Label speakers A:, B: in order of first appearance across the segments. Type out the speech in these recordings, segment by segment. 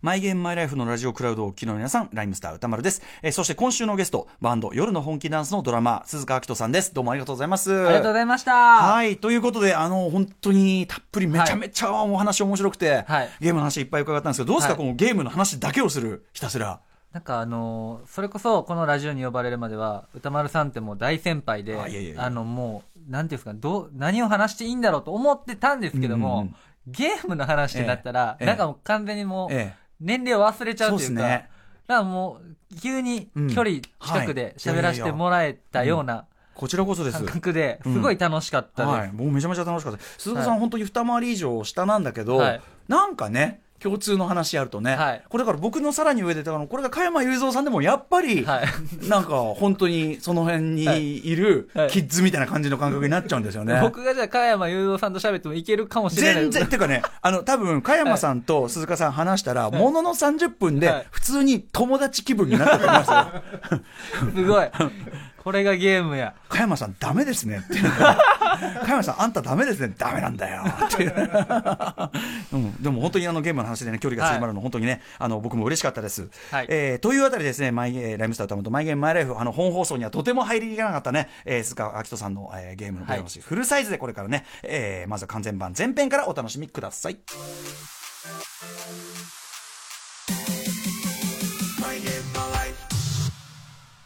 A: マイゲームマイライフのラジオクラウドをお聞きの皆さん、ライムスター歌丸です。えーそして今週のゲスト、バンド夜の本気ダンスのドラマー、鈴鹿明人さんです。どうもありがとうございます。
B: ありがとうございました。
A: はい。ということで、あの、本当にたっぷりめちゃめちゃお話面白くて、
B: はい
A: ゲームの話いっぱい伺ったんですけど、どうですか、
B: はい
A: このゲームの話だけをする、ひたすら。
B: なんかあのーそれこそこのラジオに呼ばれるまでは歌丸さんってもう大先輩で
A: あいやいやいや
B: あのもうなんていうんですかどう何を話していいんだろうと思ってたんですけども、
A: うんうん
B: ゲームの話ってなったら、
A: ええ
B: なんかもう完全にもう
A: ええ
B: 年齢を忘れちゃ
A: そ
B: うというか、
A: うですね
B: だからもう急に
A: うん
B: 距離近くで喋らせてもらえたような
A: こちらこそです
B: 感。覚で
A: うん
B: すごい楽しかったです。
A: はい、僕めちゃめちゃ楽しかったです鈴鹿さん、
B: はい
A: 本当に二回り以上下なんだけど、
B: はい
A: なんかね共通の話あるとね、
B: はい
A: これだから僕のさらに上であのこれが加山雄三さんでもやっぱり、
B: はい
A: なんか本当にその辺にいる
B: はい
A: キッズみたいな感じの感覚になっちゃうんですよね。
B: 僕がじゃあ加山雄三さんと喋ってもいけるかもしれない
A: 全然、っていうかね、あの、多分、加山さんと鈴鹿さん話したら、ものの30分
B: は
A: で
B: い、
A: 普通に友達気分になったと思いますよ。
B: すごいこれがゲームや
A: 加山さんダメですねって 加山さんあんたダメですねダメなんだよっていう、 うん、でも本当にあのゲームの話でね距離が縮まるの、本当にねあの僕も嬉しかったです、
B: はい
A: えーというあたりですねマイ、えーライムスター歌本マイゲームマイライフあの本放送にはとても入りきらなかったね、えー、鈴鹿明人さんの、えーゲームのプレイの話、フルサイズでこれからね、えーまずは完全版全編からお楽しみください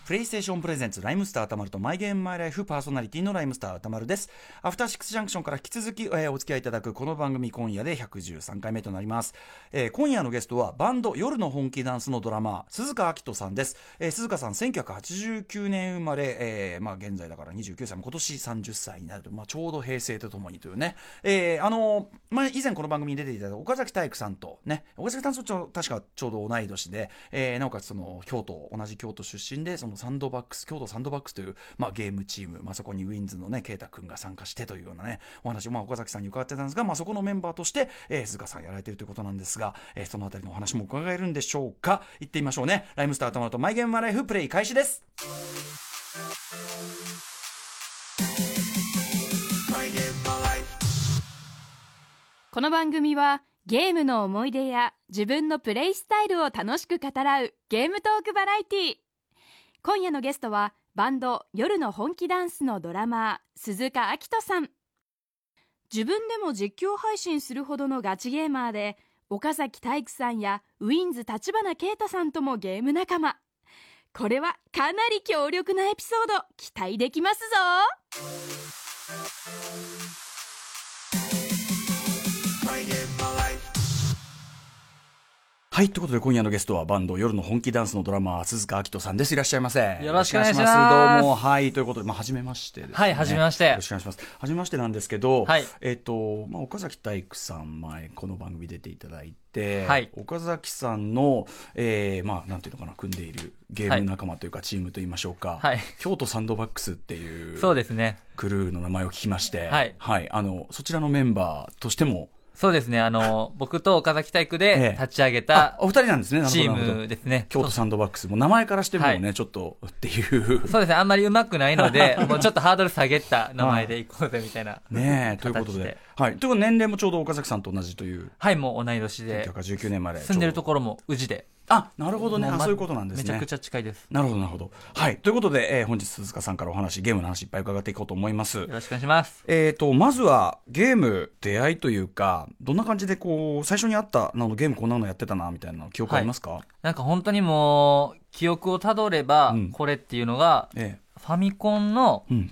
A: プレイステーションプレゼンツライムスター歌丸とマイゲームマイライフパーソナリティのライムスター歌丸です。アフターシックスジャンクションから引き続き、えーお付き合いいただくこの番組今夜で113回目となります。えー今夜のゲストはバンド夜の本気ダンスのドラマー鈴鹿明人さんです。えー鈴鹿さん1989年生まれ、えーまあ現在だから29歳、も今年30歳になると、まあちょうど平成とともにというね。えーあのーまあ以前この番組に出ていただいた岡崎体育さんとね、岡崎さんとちょ確かちょうど同い年で、えーなおかつその京都、同じ京都出身で、そのサンドバックス、京都サンドバックスという、まあ、ゲームチーム、まあ、そこにウィンズのね、啓太君が参加してというようなね、お話を、まあ、岡崎さんに伺ってたんですが、まあ、そこのメンバーとして、えー、鈴鹿さんやられているということなんですが、えーそのあたりのお話も伺えるんでしょうか。行ってみましょうね。ライムスター頭とマイゲームマイライフプレイ開始です。
C: この番組はゲームの思い出や自分のプレイスタイルを楽しく語らうゲームトークバラエティ今夜のゲストはバンド夜の本気ダンスのドラマー鈴鹿明人さん自分でも実況配信するほどのガチゲーマーで岡崎体育さんやウィンズ立花啓太さんともゲーム仲間これはかなり強力なエピソード期待できますぞ
A: はい、ということで今夜のゲストはバンド夜の本気ダンスのドラマー鈴鹿明人さんです。いらっしゃいませ。
B: よろしくお願い
A: よろく
B: します
A: お願いどうも、はい、ということで、まあ、初めましてです、ね。
B: はい初めまして
A: よろしくお願いします。初めましてなんですけど、
B: はい
A: えっ、と、まあ、岡崎体育さん前、この番組出ていただいて、
B: はい
A: 岡崎さんの、えー、まあ、なんていうのかな、組んでいるゲーム仲間というか、チームといいましょうか、
B: はい
A: 京都サンドバックスっていう
B: そうですね
A: クルーの名前を聞きまして、
B: はい
A: あの、そちらのメンバーとしても、
B: そうですねあ の僕と岡崎体育
A: ええ
B: で立ち上げ
A: あ
B: た、
A: お二人なんですね、なるほ
B: チ
A: ど
B: ー
A: なるほど
B: ムですね
A: 京都サンドバックス、もう名前からしてもね、
B: は
A: ちょっとっていう。
B: そうですね、あんまり上手くないの で、もうちょっとハードル下げた名前でいこうぜみたいな。
A: ねえ、とい
B: 形
A: うことで。。はい。ということで、年齢もちょうど岡崎さんと同じという、
B: はい、もう同い年で、
A: 1919年まで。
B: 住んでると
A: こ。
B: ころも宇治で。
A: あ、なるほどね。
B: も
A: あ
B: ま
A: そういうことなんですね。
B: めちゃくちゃ近いです。
A: なるほど、なるほど。はい。ということで、えー本日鈴鹿さんからお話、ゲームの話いっぱい伺っていこうと思います
B: よ。ろしくお願いします。
A: えー、と、まずは、ゲーム、出会いというか、どんな感じで、こう、最初にあった、なのゲームこんなのやってたな、みたいな記憶ありますか、
B: なんか本当にもう、記憶をたどれば
A: うん、
B: これっていうのが、
A: え
B: ファミコンの
A: えうん。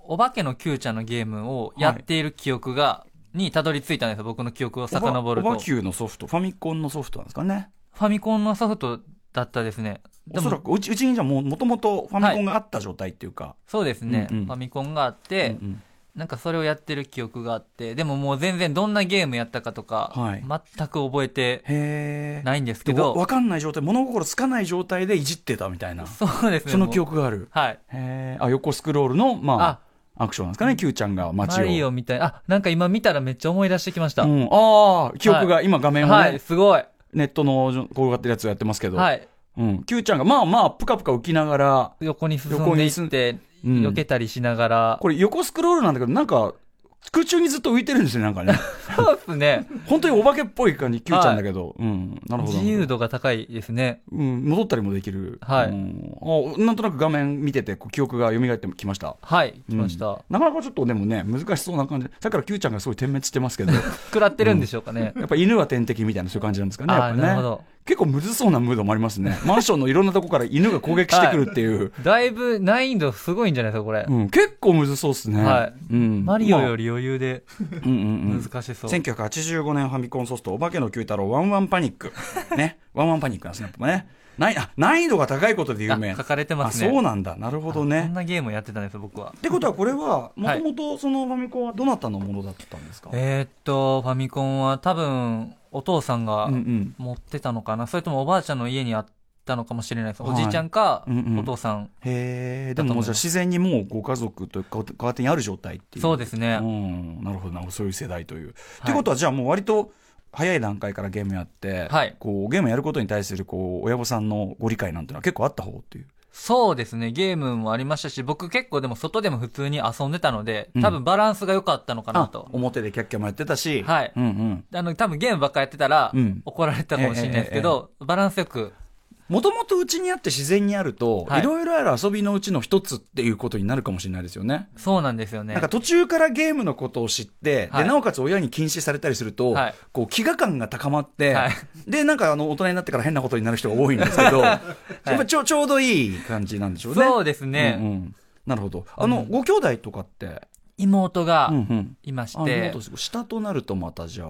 B: お化けの Q ちゃんのゲームをやっている記憶が、にたどり着いたんですよ、僕の記憶を遡る
A: オバオバ
B: と。フ
A: キューのソフト、ファミコンのソフトなんですかね。
B: ァミコンのソフトだったですね。
A: おそらく、うち、うちにじゃあもう、もともとファミコンがあった状態っていうか。
B: そうですね、
A: うんうん
B: ファミコンがあって、
A: うんうん
B: なんかそれをやってる記憶があって、でももう全然どんなゲームやったかとか、
A: はい
B: 全く覚えて
A: へえ。
B: ないんですけ
A: わわ
B: ど、
A: かんない状態物心つかない状態でいじってたみたいなそ
B: そうですね。
A: の
B: もう
A: 記。憶がある
B: はい。
A: へーあ横スクロールの、ま
B: あ、
A: あ、アクションなんですかね Q ちゃんが街
B: マ
A: を
B: リオみたいな、あ、なんか今見たらめっちゃ思い出してきました。
A: うん、ああ記憶が、今画面を、ね
B: はい、すごい。
A: ネットの転がってるやつをやってますけど、
B: はい。
A: うん、Q ちゃんがまあまあぷかぷか浮きながら
B: 横に進んでいって、
A: うん
B: 避けたりしながら、
A: これ横スクロールなんだけどなんか空中にずっと浮いてるんですね、なんか ね。
B: そうですね。
A: 本当にお化けっぽい感じ、キューちゃんだけど。うん。なるほど。
B: 自由度が高いですね。
A: うん、戻ったりもできる。
B: はい
A: うんあなんとなく画面見てて、こう記憶が蘇ってきました。
B: はい、来ました。
A: なかなかちょっとでもね、難しそうな感じで。さっきからキューちゃんがすごい点滅してますけ ど、や
B: 食らってるんでしょうかね。
A: っぱ犬は天敵みたいなそういう感じなんですかね、
B: あー
A: やっぱね。
B: なるほど
A: 結構むずそうなムードもありますね。マンションのいろんなとこから犬が攻撃してくるって いう。
B: だいぶ難易度すごいんじゃないですか、これ。
A: うん、結構むずそうですね。
B: はい
A: うん、
B: マリオよ
A: り、
B: り余裕で
A: うんうんうん、
B: 難しそう。
A: 1985年ファミコンソフト、お化けの九太郎、ワンワンパニック。 ね。ワンワンパニックなんですね。やっぱね。ないあ難易度が高いことで有名。
B: あ書かれてますね
A: あそうなんだ。なるほど
B: こん
A: ね。
B: なゲームをやってたんですよ、僕は。
A: ってことは、これは、も
B: はい
A: ともとそのファミコンはどなたのものだったんですか、
B: えーっと、ファミコンは多分、お父さんが
A: うんうん。
B: 持ってたのかな、それともおばあちゃんの家にあったのかもしれないです。
A: はい
B: おじいちゃんか、
A: うんうん
B: お父さん。
A: へえ、で
B: だと
A: も
B: 思い
A: もう
B: ます
A: じゃあ自然にもうご家族というか、ご家庭にある状態っていう。
B: そうですね。
A: うん、なるほどなるほどそういう世代という。
B: い
A: ってことはじゃあもう割と早い段階からゲームやって、
B: はい
A: こうゲームやることに対するこう親御さんのご理解なんていうのは結構あった方っていう。
B: そうですね。ゲームもありましたし、僕結構でも外でも普通に遊んでたので
A: うん、
B: 多分バランスが良かったのかなと。
A: 表でキャッキャもやってたし、
B: はい
A: うんうん。
B: あの、多分ゲームばっかやってたら
A: うん、
B: 怒られたかもしれないですけど、バランスよく。
A: もともとうちにあって自然にあると、
B: はい
A: いろいろある遊びのうちの一つっていうことになるかもしれないですよね。
B: そうなんですよね。
A: なんか途中からゲームのことを知って、
B: はい
A: でなおかつ親に禁止されたりすると、
B: はい
A: こう飢餓感が高まって、
B: はい
A: でなんかあの大人になってから変なことになる人が多いんです けど、やっぱちょちょうどいい感じなんでしょうね。
B: そうですね。
A: うんうんなるほど。あの、
B: うん
A: ご兄弟とかって、
B: 妹が
A: うんうん
B: いまし
A: あ
B: て、
A: 妹下となるとまたじゃあ、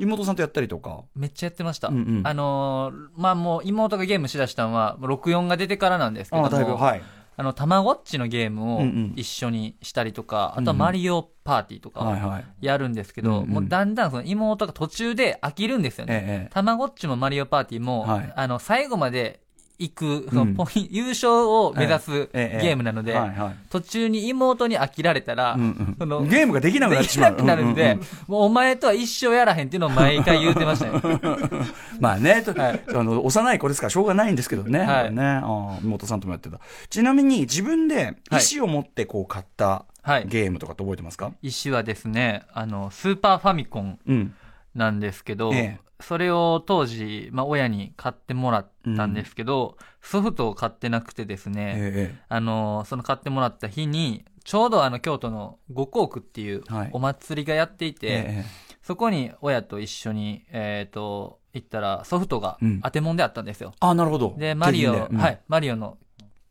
A: 妹さんとやったりとか。
B: めっちゃやってました。
A: うんうん
B: あのーまあ、もう妹がゲームしだしたのは、64が出てからなんですけど
A: あ
B: も、
A: あ、だいぶ、はい。
B: あの、たまごっちのゲーム
A: う
B: を
A: んうん
B: 一緒にしたりとか、あと
A: うんう
B: は
A: ん
B: マリオパーティーと
A: はい
B: か
A: はい。
B: やるんですけど、
A: うんうん
B: もうだんだんその妹が途中で飽きるんですよね。
A: ええ。
B: たまごっちもマリオパーティーも、
A: はい
B: あの、最後まで行く、
A: う
B: そ
A: ん
B: のポイン、優勝を目指すゲ
A: ええええ
B: ームなので、
A: はいはい。
B: 途中に妹に飽きられたら、
A: うん
B: そ
A: うん
B: の、
A: ゲームができなくなっ
B: で
A: てし
B: き
A: まう。
B: なくなるん
A: うう
B: で、
A: うん
B: もうお前とは一生やらへんっていうのを毎回言うてましたよ。
A: まあね、と
B: はい
A: あの、幼い子ですからしょうがないんですけどね。
B: はい
A: ね。ああ妹さんともやってた。ちなみに自分で石を持ってこう買った
B: はい。
A: ゲームとかって覚えてますか
B: 石はですね、あの、スーパーファミコン
A: うん。
B: なんですけど、
A: ええ
B: それを当時、まあ、親に買ってもらったんですけど、ソフトを買ってなくてです
A: え
B: ね、
A: ええ
B: あの、その買ってもらった日に、ちょうどあの、京都の五香区っていう
A: はい
B: お祭りがやっていて、
A: え。ええ
B: そこに親と一緒に、えっ、と、行ったら、ソフトが
A: うん
B: 当てもんであったんですよ。
A: ああ、なるほど。
B: で、マリ
A: 景
B: オ、
A: 品でうん
B: はい、マリオの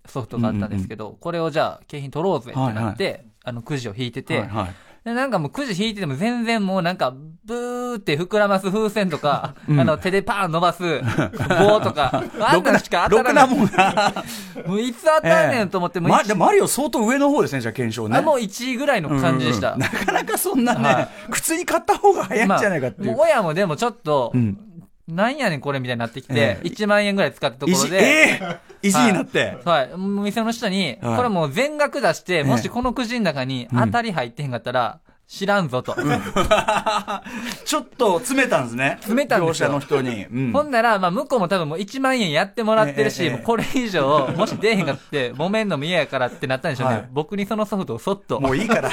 B: ソフトがあったんですけど、これをじゃあ、景品取ろうぜってなって、あの、くじを引いてて、
A: はいはい。
B: でなんかもうくじ引いてても全然もうなんか、ブーって膨らます風船とか、
A: うん
B: あの、手でパーン伸ばす棒と か、あんなのしか当
A: ろ
B: た
A: く
B: らな。
A: ないもんが。
B: もういつ当たんねんと思って、もう
A: ま、
B: 一
A: でマリオ相当上の方ですね、じゃあ検証ね。
B: あもう1位ぐらいの感じでした。
A: うんなかなかそんなね、
B: は
A: 普通に買った方が早いんじゃないかってい
B: まあ
A: う。
B: もう親もでもちょっと、
A: うん
B: なんやねんこれみたいになってき
A: え
B: て、
A: え
B: 1万円ぐらい使ったとこ
A: 意
B: ろ
A: 地、
B: で、
A: ええ意地になって。
B: はい、もう店の人に、
A: はい
B: これもう全額出して、
A: え
B: もしこのくじの中に当たり入ってへんかったら、知らんぞと。
A: ちょっと詰めたんですね。
B: 詰めたんです
A: 業者
B: よ
A: の人に。うん
B: ほんなら、まあ、向こうも多分もう1万円やってもらってる
A: ええ
B: し、
A: ええ
B: もうこれ以上、もし出えへんかって、揉めんのも嫌やからってなったんでしょうね。
A: はい
B: 僕にそのソフトをそっと。
A: もういいから。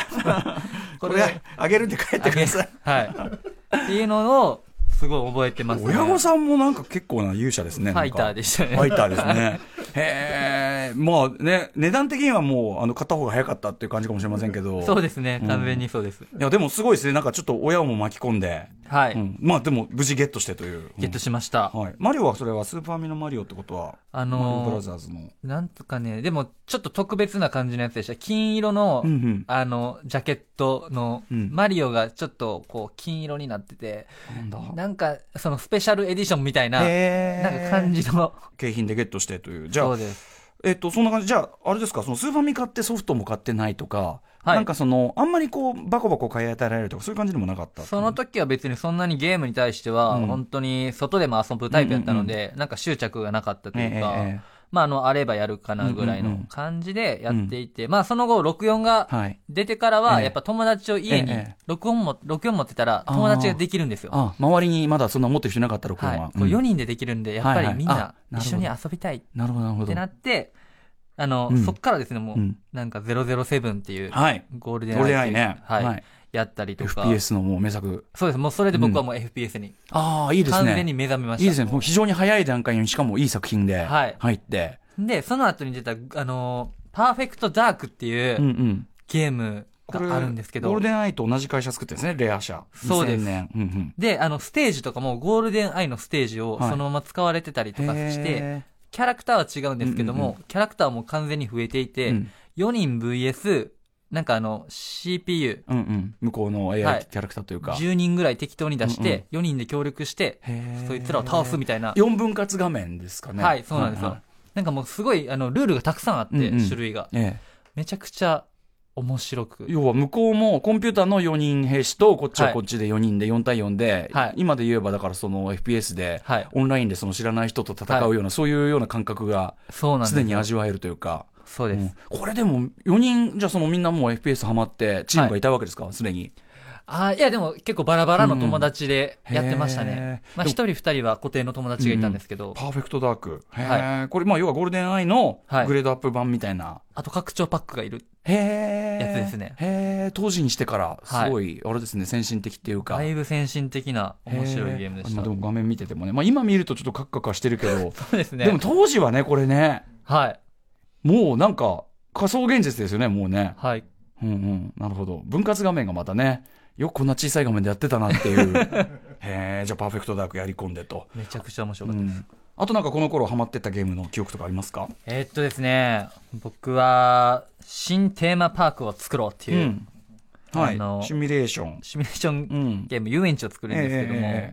A: こ
B: こ
A: れ
B: れ
A: あげるんで帰ってください。
B: はい。っていうのを、すごい覚えてます、ね。
A: 親御さんもなんか結構な勇者ですね。
B: ファイターで
A: し
B: したね。
A: ファイターです ね。へえ、まあね、値段的にはもう、あの、買った方が早かったっていう感じかもしれませんけど。
B: そうですね。完全にそうです。
A: いや、でもすごいですね。なんかちょっと親も巻き込んで。
B: はい、
A: うんまあでも、無事ゲットしてという。
B: ゲットしました。
A: はい、マリオはそれはスーパーミのマリオってことは、
B: あ
A: マリオブ
B: の
A: ラ
B: ー
A: ザーズの。
B: なんとかね、でも、ちょっと特別な感じのやつでした。金色の、
A: うんうん
B: あの、ジャケットの、
A: うん
B: マリオがちょっと、こう、金色になってて、
A: なんだ
B: なんか、そのスペシャルエディションみたいな、
A: へ
B: なんか感
A: じ。
B: じの。
A: 景品でゲットしてという。じゃ
B: そう
A: あ、
B: です。
A: えっと、そんな感じ。じゃあ、あれですか、そのスーファミ買ってソフトも買ってないとか、
B: はい
A: なんかその、あんまりこう、バコバコ買い与えられるとか、そういう感じでもなかった。
B: その時は別にそんなにゲームに対しては、
A: うん
B: 本当に外でも遊ぶタイプやったので、なんか執着がなかったと
A: ええ
B: いうか、
A: えええ
B: まあ、あの、あればやるかなぐらい
A: うんうんうん
B: の感じでやっていて、まあ、その後、64が
A: えはい。
B: 出てから
A: え
B: は、
A: え
B: やっぱ友達を家に
A: ええ、
B: 64も、64持ってたら、
A: あー
B: 友達ができるんですよ。は
A: あ、周りにまだそんな持ってる人いなかったら、これ
B: い
A: は。。
B: こう4
A: うん
B: 人でできるんで、やっぱ
A: はいはい
B: りみんな
A: あなる
B: 一
A: ほど
B: 緒に遊びたいっ
A: なるほど、なるほど
B: て。なって、あの、
A: うん
B: そっからですね、もう、
A: うん
B: なんか007っていう、
A: はい。
B: ゴールデン
A: ゴールデンア
B: アイ
A: イ
B: っていう
A: ね。
B: はい。やったりとか。
A: FPS のもう名作。
B: そうです。もうそれで僕はもう FPS に
A: ああ、いいです
B: 完全に
A: ね。
B: 目覚めま
A: いいで
B: し
A: すね。もう非常に早い段階に、しかもいい作品で、
B: はい
A: 入って。
B: た。で、その後に出た、あのー、パーフェクトダークっていう
A: うん
B: う
A: うん。
B: ゲームがあるんですけ
A: ゴー
B: ど
A: ル、デンアイと同じ会社作ってるんですね、レア社。
B: そうです
A: 2000年。うんうん。
B: で、あの、ステージとかもゴールデンアイのステージを
A: はい
B: そのまま使われてたりとかして、
A: へ
B: キャラクターは違うんですけども、
A: うん
B: キャラクターも完全に増えてい
A: ー、
B: て、
A: うん
B: 4人 VS、なんかあの、CPU、
A: うんうん。向こうの
B: は
A: AI
B: い
A: キャラクターというか。
B: 10人ぐらい適当に出し
A: うんうん
B: て、4人で協力して、そいつらを倒すみたいな。
A: 4分割画面ですかね。
B: はい、そうなんですよ。
A: はい
B: なんかもうすごい、あの、ルールがたくさんあって、
A: うんうん
B: 種類が。
A: え
B: めちゃくちゃ面白く
A: え。要は向こうもコンピューターの4人兵士とこっちは
B: はい
A: こっちで4人で4対4で、
B: はい
A: 今で言えばだからその FPS で
B: はい。
A: オンラインでその知らない人と戦うような、そういうような感覚が
B: そうなんです。
A: すでに味わえるというか、
B: そうです。
A: うんこれでも4人じゃあそのみんなもう FPS ハマってチームがいたわけですかすで、に
B: あーいやでも結構バラバラの友達でやってました
A: へ
B: ね。
A: ー
B: まあ
A: で
B: 一
A: も
B: 人二人は固定の友達がいたんですけど、
A: パーフェクトダークへーこれまあ要はゴールデンアイの
B: はい
A: グレードアップ版みたいな、
B: あと拡張パックがいる。
A: へえ
B: やつですね
A: へえ当時にしてからすごい、あれですね先進的っていうか
B: だいぶ先進的な面白いゲームでし
A: まあ、
B: た。
A: でも画面見ててもね、まあ、今見るとちょっとカクカクはしてるけど、
B: そうです ね。
A: でも当時はねこれね
B: はい。
A: もうなんか仮想現実ですよねもうね
B: はい。
A: うんうんなるほど分割画面がまたねよくこんな小さい画面でやってたなっていう へえじゃあパーフェクトダークやり込んでと、
B: めちゃくちゃ面白
A: う
B: かった。
A: ん、あとなんかこの頃ハマってったゲームの記憶とかありますか
B: えーっとですね、僕は、新テーマパークを作ろうって
A: う
B: いう、
A: んはい
B: あの
A: シミュレーション
B: シミュレーショ
A: う
B: ン
A: ん
B: ゲーム、遊園地を作るんですけ
A: え
B: ども、
A: えええええ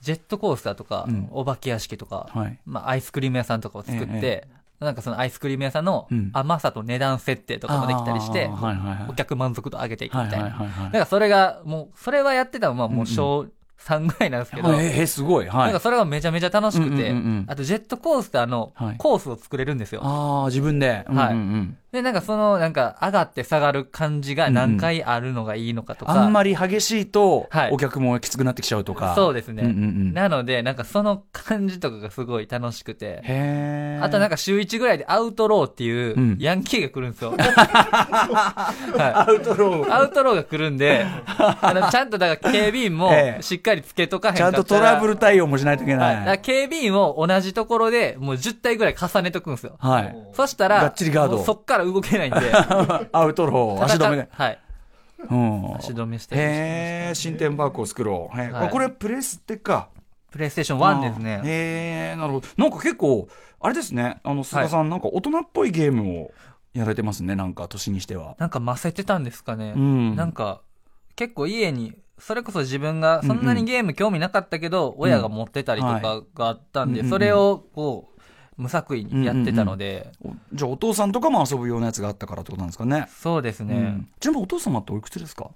B: ジェットコースターとか、
A: うん
B: お化け屋敷とか、
A: はい
B: まあ、アイスクリーム屋さんとかを作って、
A: ええ
B: なんかそのアイスクリーム屋さんの
A: うん
B: 甘さと値段設定とかもできたりして、
A: あーはいはいはい
B: お客満足度上げていくみ
A: はい
B: たいな。
A: はいはい
B: なんかそれが、もう、それはやってたのはもう小3ぐらいなんですけど、
A: はいえーえーすごいは
B: なん
A: い
B: かそれがめちゃめちゃ楽しくて、
A: うんうんうんうん
B: あとジェットコースターの
A: はい
B: コースを作れるんですよ。
A: ああ自分で、うんうん
B: はい
A: うん
B: で、なんかその、なんか上がって下がる感じが何回あるのがいいのかとか。
A: あんまり激しいと、
B: はい
A: お客もきつくなってきちゃうとか。
B: そう
A: う
B: ですね。
A: んうんうん。
B: なので、なんかその感じとかがすごい楽しくて。
A: へー
B: あとなんか週1ぐらいでアウトローっていう
A: うん
B: ヤンキーが来るんですよ。 は
A: アウトロ
B: い、アウトローが来る んで、あのちゃんとだから警備員も
A: ええ
B: しっかりつけとかへん
A: ち
B: か
A: ゃ
B: った
A: ん
B: ら
A: とトラブル対応もしないといけ
B: はい、
A: な
B: だから
A: い。
B: 警備員を同じところでもう10体ぐらい重ねとくんですよ。
A: はい。
B: そしたら、
A: がっちりガード
B: もうそっから動け ないんで。
A: アウトロー、足止めね。
B: はい。
A: うん。
B: 足止めしたりして
A: へえ、新店パークを作ろう。へー
B: はい
A: これプレステか。
B: プレイステーション1ですね
A: あー。へえ、なるほど。なんか結構、あれですね、あの、菅さん、なんか大人っぽいゲームをやられてますね、なんか年にしては。
B: なんかませてたんですかね。
A: うん
B: なんか、結構家に、それこそ自分がそんなにゲーム興味なかったけど、親が持ってたりとかがあったんで、
A: はい
B: それをこう、無作為にやってたので、
A: おじゃあ、お父さんとかも遊ぶようなやつがあったからってことなんですかね。
B: そうですね、
A: うんちなみにお父様っておいくつですか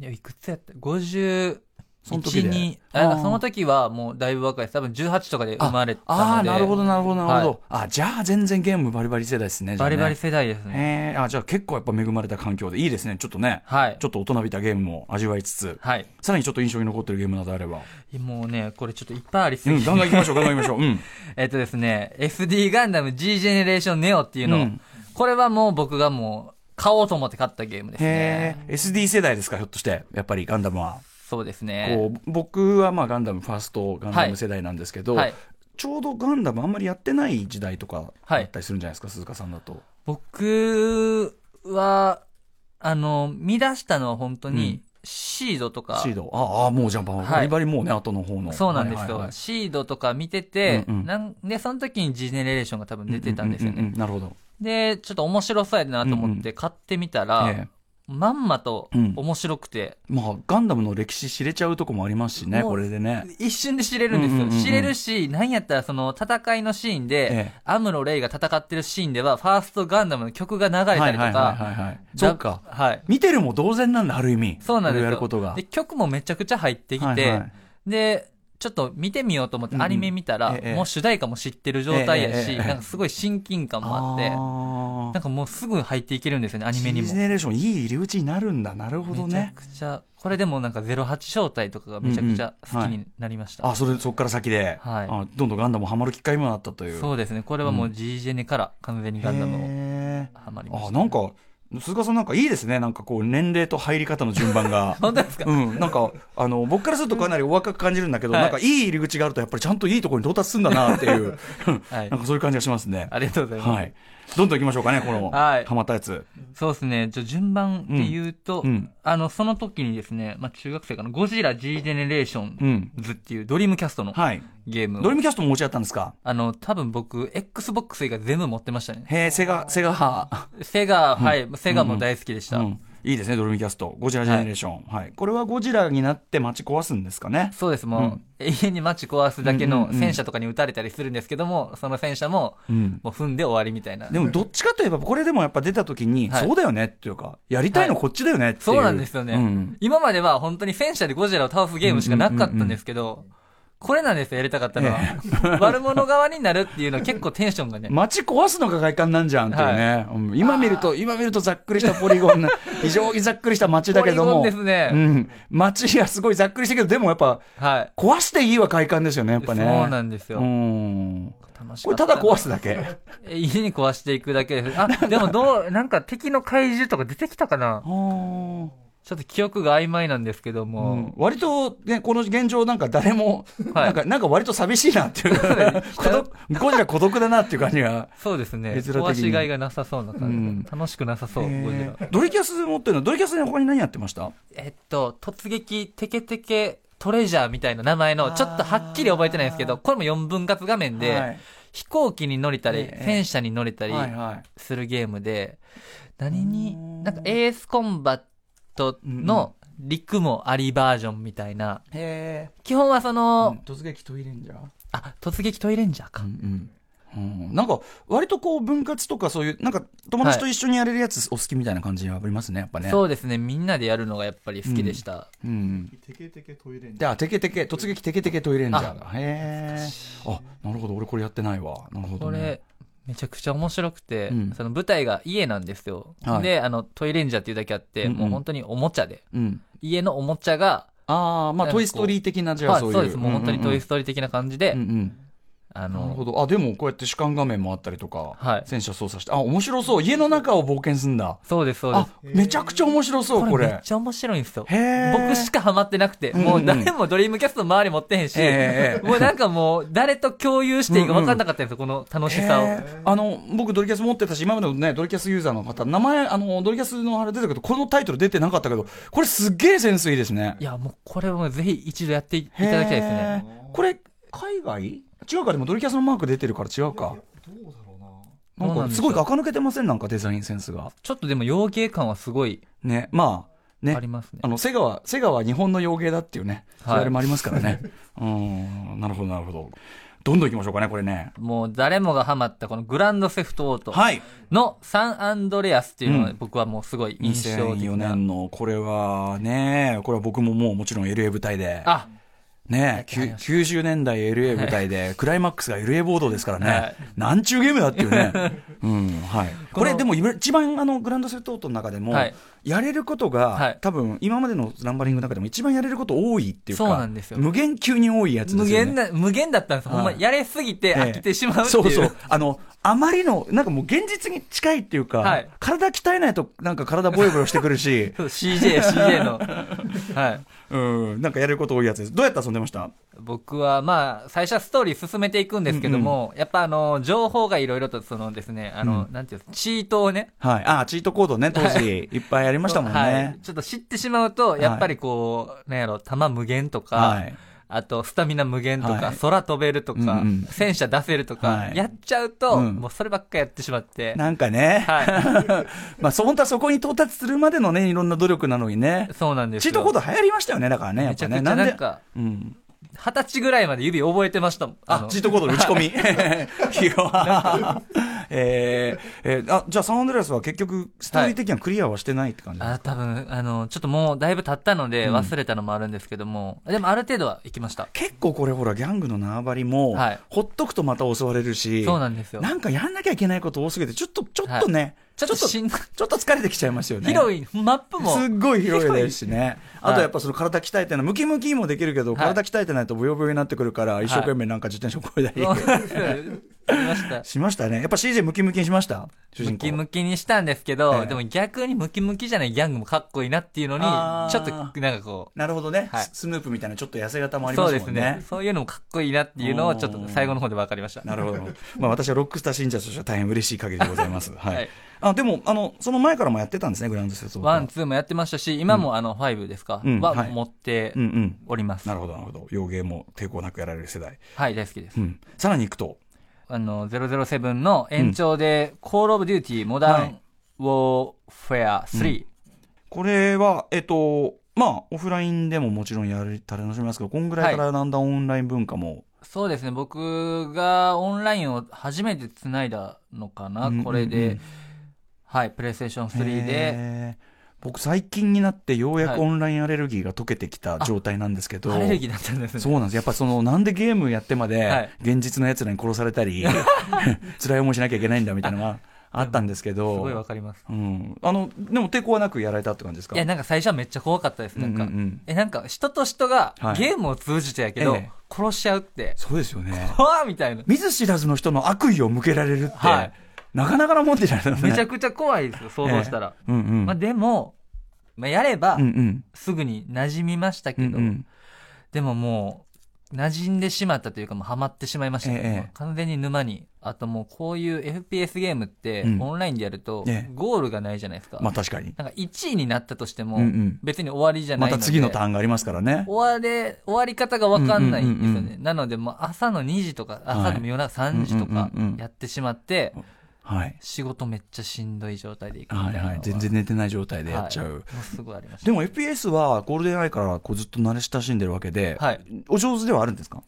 B: いやいくつやった50、
A: その時で
B: に、
A: あー
B: あその時はもうだいぶ若いです。多分18とかで生まれたので。
A: ああー、なるほど、なるほど、なるほど。あ、じゃあ全然ゲームバリバリ世代ですね。
B: バリバリ
A: 世
B: 世代ですね。
A: 代。えー、あ、じゃあ結構やっぱ恵まれた環境でいいですね。ちょっとね、
B: はい
A: ち。ょっと大人びたゲームも味わいつつ、
B: はい。
A: さらにちょっと印象に残ってるゲームなどあれば。
B: もうね、これちょっといっぱいありす
A: う
B: ぎ
A: ん、
B: て
A: ガンガン行きましょう、ガンガン行 きましょう。うん。
B: えっとですね、SD ガンダム G ジェネレーションネオっていうの、
A: うん
B: これはもう僕がもう買おうと思って買ったゲームです
A: へ
B: ね。
A: え、SD 世代ですか、ひょっとして。やっぱりガンダムは。
B: そうですね。
A: こう、僕はまあガンダムファーストガンダム世代なんですけど、
B: はい。
A: ちょうどガンダムあんまりやってない時代とかだったりするんじゃないですか、鈴鹿さんだと。
B: 僕は、あの、見出したのは本当に、シードとか、
A: シード。ああ、もうジャンパー、
B: はい
A: バリバリもうね、後の方の。
B: そうなんですよ、
A: はいはいはい
B: シードとか見てて、
A: うんうん
B: なんで、その時に G ジェネレーションが多分出てたんですよね。
A: うううんうんなるほど。
B: で、ちょっと面白そうやなと思って買ってみたら、
A: ええ
B: まんまと
A: うん
B: 面白くて、
A: まあ、ガンダムの歴史知れちゃうとこもありますしね、
B: もう
A: これでね。
B: 一瞬で知れるんです
A: うん
B: よ。
A: うんうんうん
B: 知れるし、なんやったらその戦いのシーンで、
A: ええ
B: アムロ・レイが戦ってるシーンでは、ファーストガンダムの曲が流れたりとか、
A: いはい。
B: だ
A: そっか。
B: はい。
A: 見てるも同然なんだ、ある意味。
B: そうなんで
A: い
B: す
A: ろいろや
B: よ。
A: ることが。
B: で、曲もめちゃくちゃ入ってきて、
A: はいはい
B: で、ちょっと見てみようと思って
A: うんうん
B: アニメ見たら、
A: ええ
B: もう主題歌も知ってる状態や
A: ええ
B: し、
A: ええ
B: なんかすごい親近感もあって、
A: あ
B: なんかもうすぐ入っていけるんですよね、アニメに
A: ー
B: も
A: ジ。ェネレーションいい入り口になるんだ、なるほど
B: めちゃ
A: ね。
B: くちゃ、これでもなんか08招待とかがめちゃくちゃ好きになりました。
A: あ、それ、そっから先で、
B: はい
A: あどんどんガンダムハマる機会もあったという。
B: そうですね、これはもう G ジェネから完全にガンダムを
A: へー
B: ハマりまし
A: あ
B: た。。
A: なんか鈴鹿さんなんかいいですね。なんかこう、年齢と入り方の順番が
B: 本当ですか、
A: うん、なんか、あの、僕からするとかなりお若く感じるんだけど、
B: はい
A: なんかいい入り口があると、やっぱりちゃんといいところに到達するんだなっていう、
B: はい
A: なんかそういう感じがしますね。
B: ありがとうございます。
A: はい。どんどん行きましょうかね、この、
B: はい
A: ハマったやつ。
B: そうですね。じゃあ順番って言うと、
A: うんうん
B: あの、その時にですね、まあ、中学生かな、ゴジラ G ジェネレーショ
A: う
B: ン
A: ん。
B: ズっていうドリームキャストの
A: はい。
B: ゲームを、
A: ドリームキャストも持ち合ったんですか
B: あの、多分僕、Xbox 以外全部持ってましたね。
A: へえ、セガ、セガ派。
B: セガ、はい、セガも大好きでし
A: う
B: た。
A: ん。いいですね、ドリームキャスト。ゴジラジェネレーション。はい。これはゴジラになって街壊すんですかね。
B: そうです、もう、永遠に街壊すだけ
A: うんう
B: の
A: んうん
B: 戦車とかに撃たれたりするんですけども、その戦車も、
A: うん。
B: もう踏んで終わりみたいな。
A: でもどっちかといえば、これでもやっぱ出た時に、
B: はい
A: そうだよねっていうか、やりたいのこっちだよねっていう。
B: そうなんですよね、
A: うん
B: 今までは本当に戦車でゴジラを倒すゲームしかなかったんですけど、これなんですよ、やりたかったのは。 悪者側になるっていうのは結構テンションがね、
A: 街壊すのが外観なんじゃんっていうね、うん今見ると、今見るとざっくりしたポリゴン な、非常にざっくりした街だけども、
B: ポリゴンですね
A: うん、街がすごいざっくりしたけど、でもやっぱ、
B: はい。
A: 壊していいは快感ですよね、やっぱね。
B: そうなんですよ
A: うん
B: 楽し
A: こ
B: か
A: れ
B: った
A: た
B: な
A: だ壊すだけ。
B: え家に壊していくだけです。あ、でもどう、なんか敵の怪獣とか出てきたかな
A: うん
B: ちょっと記憶が曖昧なんですけども。
A: 割と、ね、この現状なんか誰も、
B: はい
A: なんか、なんか割と寂しいなっていう、 孤独、ゴジラ孤独だなっていう感じが。
B: そうですね。
A: 絵面的に
B: 壊しがいがなさそうな感じ、
A: うん
B: 楽しくなさそう、ゴジラ
A: えードリキャス持ってるのドリキャスで他に何やってました
B: えっと、突撃テケテケトレジャーみたいな名前の、ちょっとはっきり覚えてないんですけど、これも4分割画面で、
A: はい
B: 飛行機に乗れたり、
A: ええ
B: 戦車に乗れたり
A: はいはい
B: するゲームで、何に
A: うー、ん
B: なんかエースコンバットの陸もありバージョンみたいな、
A: へ
B: 基本はそ
A: ー
B: の、
A: うん突撃トイレンジャー
B: あ、突撃トイレンジャーか。
A: うんうん、なんか、割とこう、分割とかそういう、なんか、友達と一緒にやれるやつお好きみたいな感じがありますね、やっぱね。
B: そうですね、みんなでやるのがやっぱり好きでした。
A: うん。
D: テケテケトイレンジ
A: で、あ、テケテケ、突撃テケテケトイレンジャーだ。へえ。あ、なるほど、俺これやってないわ。なるほど、
B: こ
A: ね。
B: れ、めちゃくちゃ面白くて、
A: うん
B: その舞台が家なんですよ。
A: はい
B: で、あの、トイレンジャーっていうだけあって、
A: うんうん
B: もう本当におもちゃで、
A: うん。
B: 家のおもちゃが、
A: ああ、まあ、
B: なんかこう
A: トイストーリー的な、じゃあ、
B: はい
A: そういう。
B: そうです、もう本当にトイ
A: ス
B: ストーリー的な感じで、
A: うんうん。
B: あ
A: なるほ
B: の、
A: ど。あ、でも、こうやって主観画面もあったりとか、
B: はい
A: 戦車操作して、あ、面白そう。家の中を冒険すんだ。
B: そうです、そうで
A: あ
B: す。、
A: めちゃくちゃ面白そう、こ
B: これめ
A: れ
B: っ。ちゃ面白いんですよ。
A: へえ。
B: 僕しかハマってなくて、
A: うんうん
B: もう誰もドリームキャストの周り持ってへんし、
A: ええええ
B: もうなんかもう誰と共有していいか分かんなかったんですよ、この楽しさを。
A: へーあの僕ドリキャス持ってたし今までのねドリキャスユーザーの方名前あのドリキャスのあれ出てたけどこのタイトル出てなかったけどこれすっげえセンスいいですね
B: いや、もうこれはぜひ一度やっていただきたいですね。
A: へーこれ海外違うかでもドリキャスのマーク出てるから違うか
D: どうだろうな
A: なん
B: どうなん
A: か
B: でし
A: す
B: ょう
A: ごい垢抜けてませんなんかデザインセンスが
B: ちょっとでも洋芸感はすごい
A: ねまあね
B: ありますね
A: あ。のセガはセガは日本の洋芸だっていうね
B: はい
A: それあれもありますから ねうーんなるほどなるほどどんどんいきましょうかねこれね
B: もう誰もがハマったこのグランドセフトオート
A: はい
B: のサンアンドレアスっていうの
A: う
B: が
A: ん
B: 僕はもうすごい印象的
A: 2004
B: な。
A: 年のこれはねこれは僕ももうもちろん LA 舞台で
B: あ、
A: ねえ、きゅ
B: はい
A: 90年代 LA 舞台 で、クライマックスが LA ボードですからね、
B: はい
A: なんちゅうゲームだっていうね、 うんはい、
B: こ
A: こ
B: の
A: れ、でも一番あのグランドセットオートの中でも、
B: はい
A: やれることが、
B: はい
A: 多分今までのナンバリングの中でも一番やれること多いっていうか、
B: そうなんですよ
A: 無限級に多いやつで
B: 無
A: すよね。
B: 限な、無限だったんですよ。ほんま
A: はい
B: やれすぎて飽きてしまうってい。
A: そううそう。あの、あまりの、なんかもう現実に近いっていうか、
B: はい、
A: 体鍛えないとなんか体ボヨボヨしてくるし
B: そ う CJ、CJ の。はい。
A: うん、なんかやれること多いやつです。どうやって遊んでました
B: 僕はまあ、最初はストーリー進めていくんですけども、やっぱあの、情報がいろいろとそのですね、あの、
A: う
B: なんていうんですか、チートをね、
A: はい。あ、チートコードね、当時、いっぱいありましたもんね。
B: はい。ちょっと知ってしまうと、やっぱりこう、なんやろ、弾無限とか、
A: はい
B: あと、スタミナ無限とか、
A: はい
B: 空飛べるとか、
A: うんうん
B: 戦車出せるとか、
A: はい
B: やっちゃうと、
A: うん
B: もうそればっかやってしまって。
A: なんかね、
B: は
A: まあ、そ本当はそこに到達するまでのね、いろんな努力なのにね
B: い。、そうなんです
A: チー
B: よ。
A: トコード流行りましたよね、だからね、やっ
B: めち
A: ぱ
B: ゃくち
A: ね、
B: ゃな
A: で
B: んか、
A: うん、
B: 二十歳ぐらいまで指覚えてましたもん。
A: あ
B: の
A: チートコードの打ち 込み、企業はえーえーあじゃあ、サンアンドレアスは結局、ストーリー的にはクリアはしてないって感じ、
B: あ、多分、あの、ちょっともうだいぶ経ったので
A: うん
B: 忘れたのもあるんですけども、でもある程度は行きました。
A: 結構これ、ほら、ギャングの縄張りも、
B: はい
A: ほっとくとまた襲われるし、
B: そうなんですよ。
A: なんかやんなきゃいけないこと多すぎて、ちょっと、ちょっとね、
B: ちょっとしんどい
A: ちょっと疲れてきちゃいますよね。
B: 広い、マップも。
A: すっごい広いですしね。
B: はい
A: あとやっぱその体鍛えてない、ムキムキもできるけど、
B: はい
A: 体鍛えてないとブヨブヨになってくるから、一生懸命なんか自転車こいだり。
B: そうなんですよありました。
A: しましたね。やっぱ CJ ムキムキにしました主人
B: ム
A: 公。
B: キムキにしたんですけど、
A: ええ
B: でも逆にムキムキじゃないギャングもかっこいいなっていうのに
A: あー、
B: ちょっとなんかこ
A: なるほどね、
B: はい
A: ススヌープみたいなちょっと痩せ型もあ
B: う、
A: り
B: そ
A: ま
B: う
A: す
B: で
A: も
B: す
A: んね。
B: ね。そういうのもかっこいいなっていうのをちょっと最後の方で分かりました。
A: なるほど。まあ私はロックスター信者としては大変嬉しい限りでございます。はい。
B: はい
A: あ、でも、あの、その前からもやってたんですね、グランドセツ
B: ワン、ツーもやってましたし、今もあの、ファイブですか、
A: うん
B: は
A: はい
B: 持って
A: うんうん。
B: おります。
A: なるほど、なるほど。洋芸も抵抗なくやられる世代。
B: はい、大好きです
A: う。ん。さらに行くと、
B: あの、007の延長で、コールオブデューティーモダ
A: はい
B: ンウォーフェア3。
A: これは、えっと、まあ、オフラインでももちろんやり、楽しみますけど、こんぐらいからだんだんオンライン文化も、
B: そうですね、僕がオンラインを初めて繋いだのかな、
A: うん
B: こ
A: う
B: れ
A: んうん
B: で、はい、プレイステーション3で、
A: へー僕最近になってようや
B: は
A: く
B: い
A: オンラインアレルギーが解けてきた状態なんですけど、
B: アレルギーだったんです
A: そう
B: ね。
A: なんです。やっぱその、なんでゲームやってま
B: は
A: で
B: い、
A: 現実の奴らに殺された り、辛い思いしなきゃいけないんだみたいなのがあったんですけ
B: すごいわ
A: ど、
B: かります。
A: うん。あの、でも抵抗はなくやられたって感じですか
B: いや、なんか最初はめっちゃ怖かったです、なんか。
A: うんうんうん
B: え、なんか人と人が
A: はい
B: ゲームを通じてやけど、
A: ええ
B: 殺し合うって、
A: そうですよね。
B: わーみたいな。
A: 見ず知らずの人の悪意を向けられるって、
B: はい
A: なかなかなもんじゃないですね。
B: めちゃくちゃ怖いですよ、想像したら。
A: うんうん。
B: まあでも、まあやれば
A: うん、うん。
B: すぐに馴染みましたけど、
A: うんうん
B: でももう、馴染んでしまったというか、もうハマってしまいましたね、
A: ええ
B: もう完全に沼に。あともうこういう FPS ゲームって、
A: うん
B: オンラインでやると
A: ええ、
B: ゴールがないじゃないですか。
A: まあ確かに。
B: なんか1位になったとしても
A: うんうん、
B: 別に終わりじゃな
A: ま
B: いので、
A: た次のターンがありますからね。
B: 終われ、終わり方がわかんないんですよね。
A: うんうんうんう
B: なので、もう朝の2時とか、
A: は
B: 朝
A: い
B: の夜中3時とか
A: うんうんうんうん
B: やってしまって、
A: はい。
B: 仕事めっちゃしんどい状態でいくみた
A: はいい
B: なのは
A: はい。全然寝てない状態でやっちゃう。
B: はいもうすぐありました。
A: でも FPS はゴールデンアイからこうずっと慣れ親しんでるわけで、
B: はい
A: お上手ではあるんですか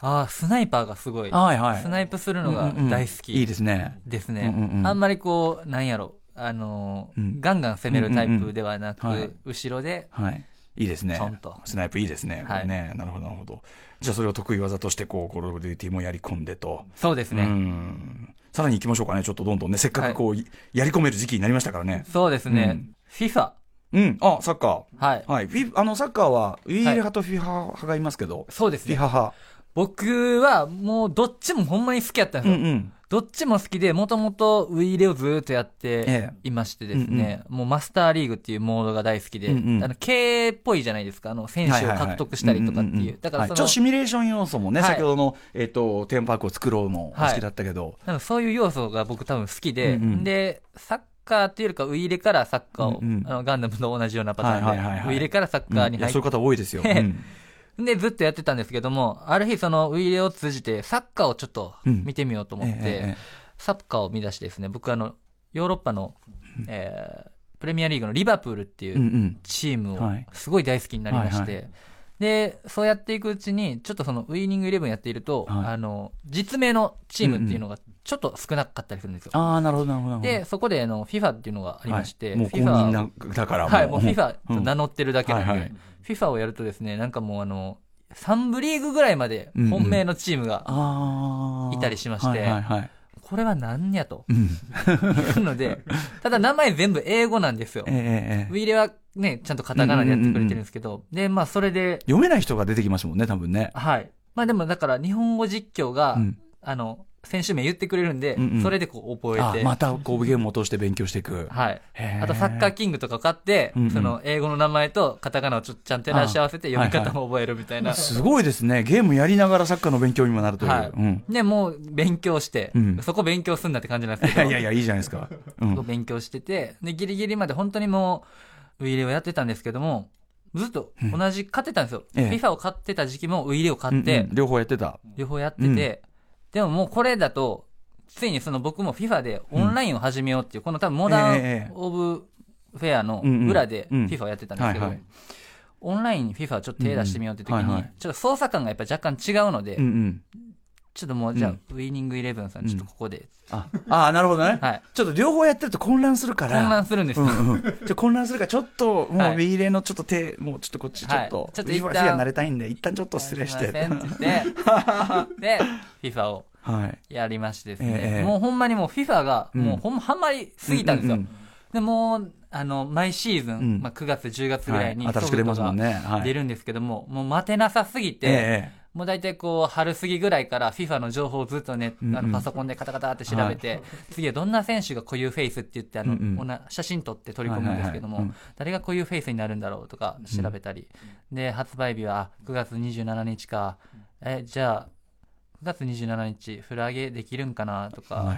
B: ああ、スナイパーがすごい。
A: はいはい
B: スナイプするのが
A: うんうん
B: 大好き。
A: いいですね。
B: ですね、
A: うんうんうん
B: あんまりこう、なんやろ、あのー
A: うん
B: ガンガン攻めるタイプではなく、
A: うんうんうんはい
B: 後ろで、
A: はい。いいですね
B: ちゃんと。
A: スナイプいいですね。
B: はい
A: これね。なるほど、なるほど。じゃあそれを得意技として、こう、コールオブデューティーもやり込んでと。
B: そうですね。
A: うん。さらに行きましょうかね。ちょっとどんどんね。せっかくこう、やり込める時期になりましたからね。
B: そうですね。
A: うん
B: FIFA。
A: うん。あ、サッカ
B: はい
A: ー。。はい。フィあの、サッカーは、ウィーレ派とフィハ派がいますけど、
B: そうです
A: フィ
B: ね。
A: ハ派。
B: 僕はもうどっちもほんまに好きやったんで
A: う
B: す
A: ん
B: よ。
A: うん。
B: どっちも好きで、もともとウィーレをずーっとやって
A: え
B: いましてですね、もうマスターリーグっていうモードが大好きで、
A: うんうん
B: あの、経営っぽいじゃないですか、あの、選手を獲得したりとかっていう。だから
A: はいちょ
B: そ
A: っとシ
B: の、
A: ミュレーション要素もね、
B: はい
A: 先ほどの、えっ、と、テーマパークを作ろうのお
B: はい
A: 好きだったけど、
B: なんかそういう要素が僕多分好きで、
A: うんうん
B: で、サッカーっていうよりか、ウィーレからサッカーを、
A: うんうん
B: あのガンダムと同じようなパターンで、
A: はいはいはいはい
B: ウィーレからサッカーに
A: いや
B: 入
A: そういう
B: っ
A: 方多い ですよ。
B: へへ
A: うん
B: で、ずっとやってたんですけども、ある日そのウィーレを通じて、サッカーをちょっと
A: うん
B: 見てみようと思って、
A: ええええ
B: サッカーを見出してですね、僕あの、ヨーロッパの、えープレミアリーグのリバプールっていううんチーム
A: はい
B: をすごい大好きになりまして、
A: はいは
B: で、そうやっていくうちに、ちょっとそのウィーニングイレブンやっていると、
A: はい
B: あの、実名のチームっていうのがちょっと少なかったりするんですよ。
A: うん。ああ、なるほど、なるほど。なるほど
B: で、そこであの、FIFA っていうのがありまして、
A: はいもう公
B: FIFA
A: 認なだからもう。
B: はい、もう FIFA
A: う
B: と
A: ん
B: 名乗ってるだけなんで、
A: はいはい
B: FIFA をやるとですね、なんかもうあの、3部リーグぐらいまで
A: うんうん
B: 本命のチームが、
A: あー
B: いたりしまして
A: はいはいはい。
B: これは何やと。
A: うん
B: いうので、ただ名前全部英語なんですよ
A: え。えええ
B: ウィーレはね、ちゃんとカタカナでやってくれてるんですけど、で、まあそれで、
A: 読めない人が出てきますもんね、多分ね。
B: はい。まあでもだから日本語実況が、
A: うん
B: あの、選手名言ってくれるんで、
A: うんうん
B: それでこう覚
A: あ
B: えて、
A: またこうゲームを通して勉強していく。
B: はい。
A: へ
B: あとサッカーキングとか買って、
A: うんうん
B: その英語の名前とカタカナをちょっとちゃんと照らし合わせて
A: あ
B: 読み方も覚えるみたいな。
A: すごいですね。ゲームやりながらサッカーの勉強にもなるという。
B: はい
A: うん、
B: で、もう勉強して、
A: うん
B: そこ勉強すんなって感じなんです
A: い
B: け
A: や
B: ど、
A: いやいや、いいじゃないですか。う
B: を
A: ん、
B: 勉強してて、で、ギリギリまで本当にもう、ウイイレをやってたんですけども、ずっと同じ、買ってたんですよ。
A: ええ
B: FIFA を買ってた時期もウイイレを買って、
A: うんうん両方やってた。
B: 両方やってて、でももうこれだと、ついにその僕も FIFA でオンラインを始めようっていう、この多分モダ
A: えええ
B: ン
A: え
B: オブフェアの裏で
A: うんうん
B: FIFA をやってたんですけど、
A: はいはい
B: オンラインに FIFA ちょっと手出してみようって時に、
A: うんうんはいはい
B: ちょっと操作感がやっぱ若干違うので、
A: うんうん。
B: ちょっともうじゃあ、
A: うん
B: ウィーニングイレブンさんちょっとここで、
A: あ、あーなるほどね。
B: はい。
A: ちょっと両方やってると混乱するか
B: 混
A: ら。
B: 乱するんです
A: う
B: よ。
A: んうん、ちょ混乱するから、ちょっと、もう、
B: はい
A: ウィーレのちょっと手、もうちょっとこっち、ちょ
B: は
A: っ
B: い
A: と、
B: ちょっと
A: ウィ
B: 一旦
A: ーレアになれたいんで、一旦ちょっと失礼し
B: す
A: て。
B: いませんって言 って、で、FIFA を
A: はい。
B: やりましてです
A: え
B: ね、
A: え
B: もうほんまにもう FIFA が、
A: うん
B: もうほんまハマりすぎたんですよ。
A: うう
B: でもう、あの、毎シーズン、
A: うん
B: まあ、9月、10月ぐ
A: うんは
B: ら
A: い
B: いに、
A: 新しく出ますもんね。は
B: 出
A: い。
B: るんですけども、もう待てなさすぎて、
A: ええ
B: もう大体こう、春過ぎぐらいから FIFA の情報をずっとね、
A: うんうん
B: あのパソコンでカタカタって調べて、次はどんな選手が固有フェイスって言って、あの、
A: うんうん
B: おな写真撮って取り込むんですけども、
A: はいはいはい
B: 誰が固有フェイスになるんだろうとか調べたり、で、発売日は9月27日か、え、じゃあ、9月27日、フラゲできるんかなとか、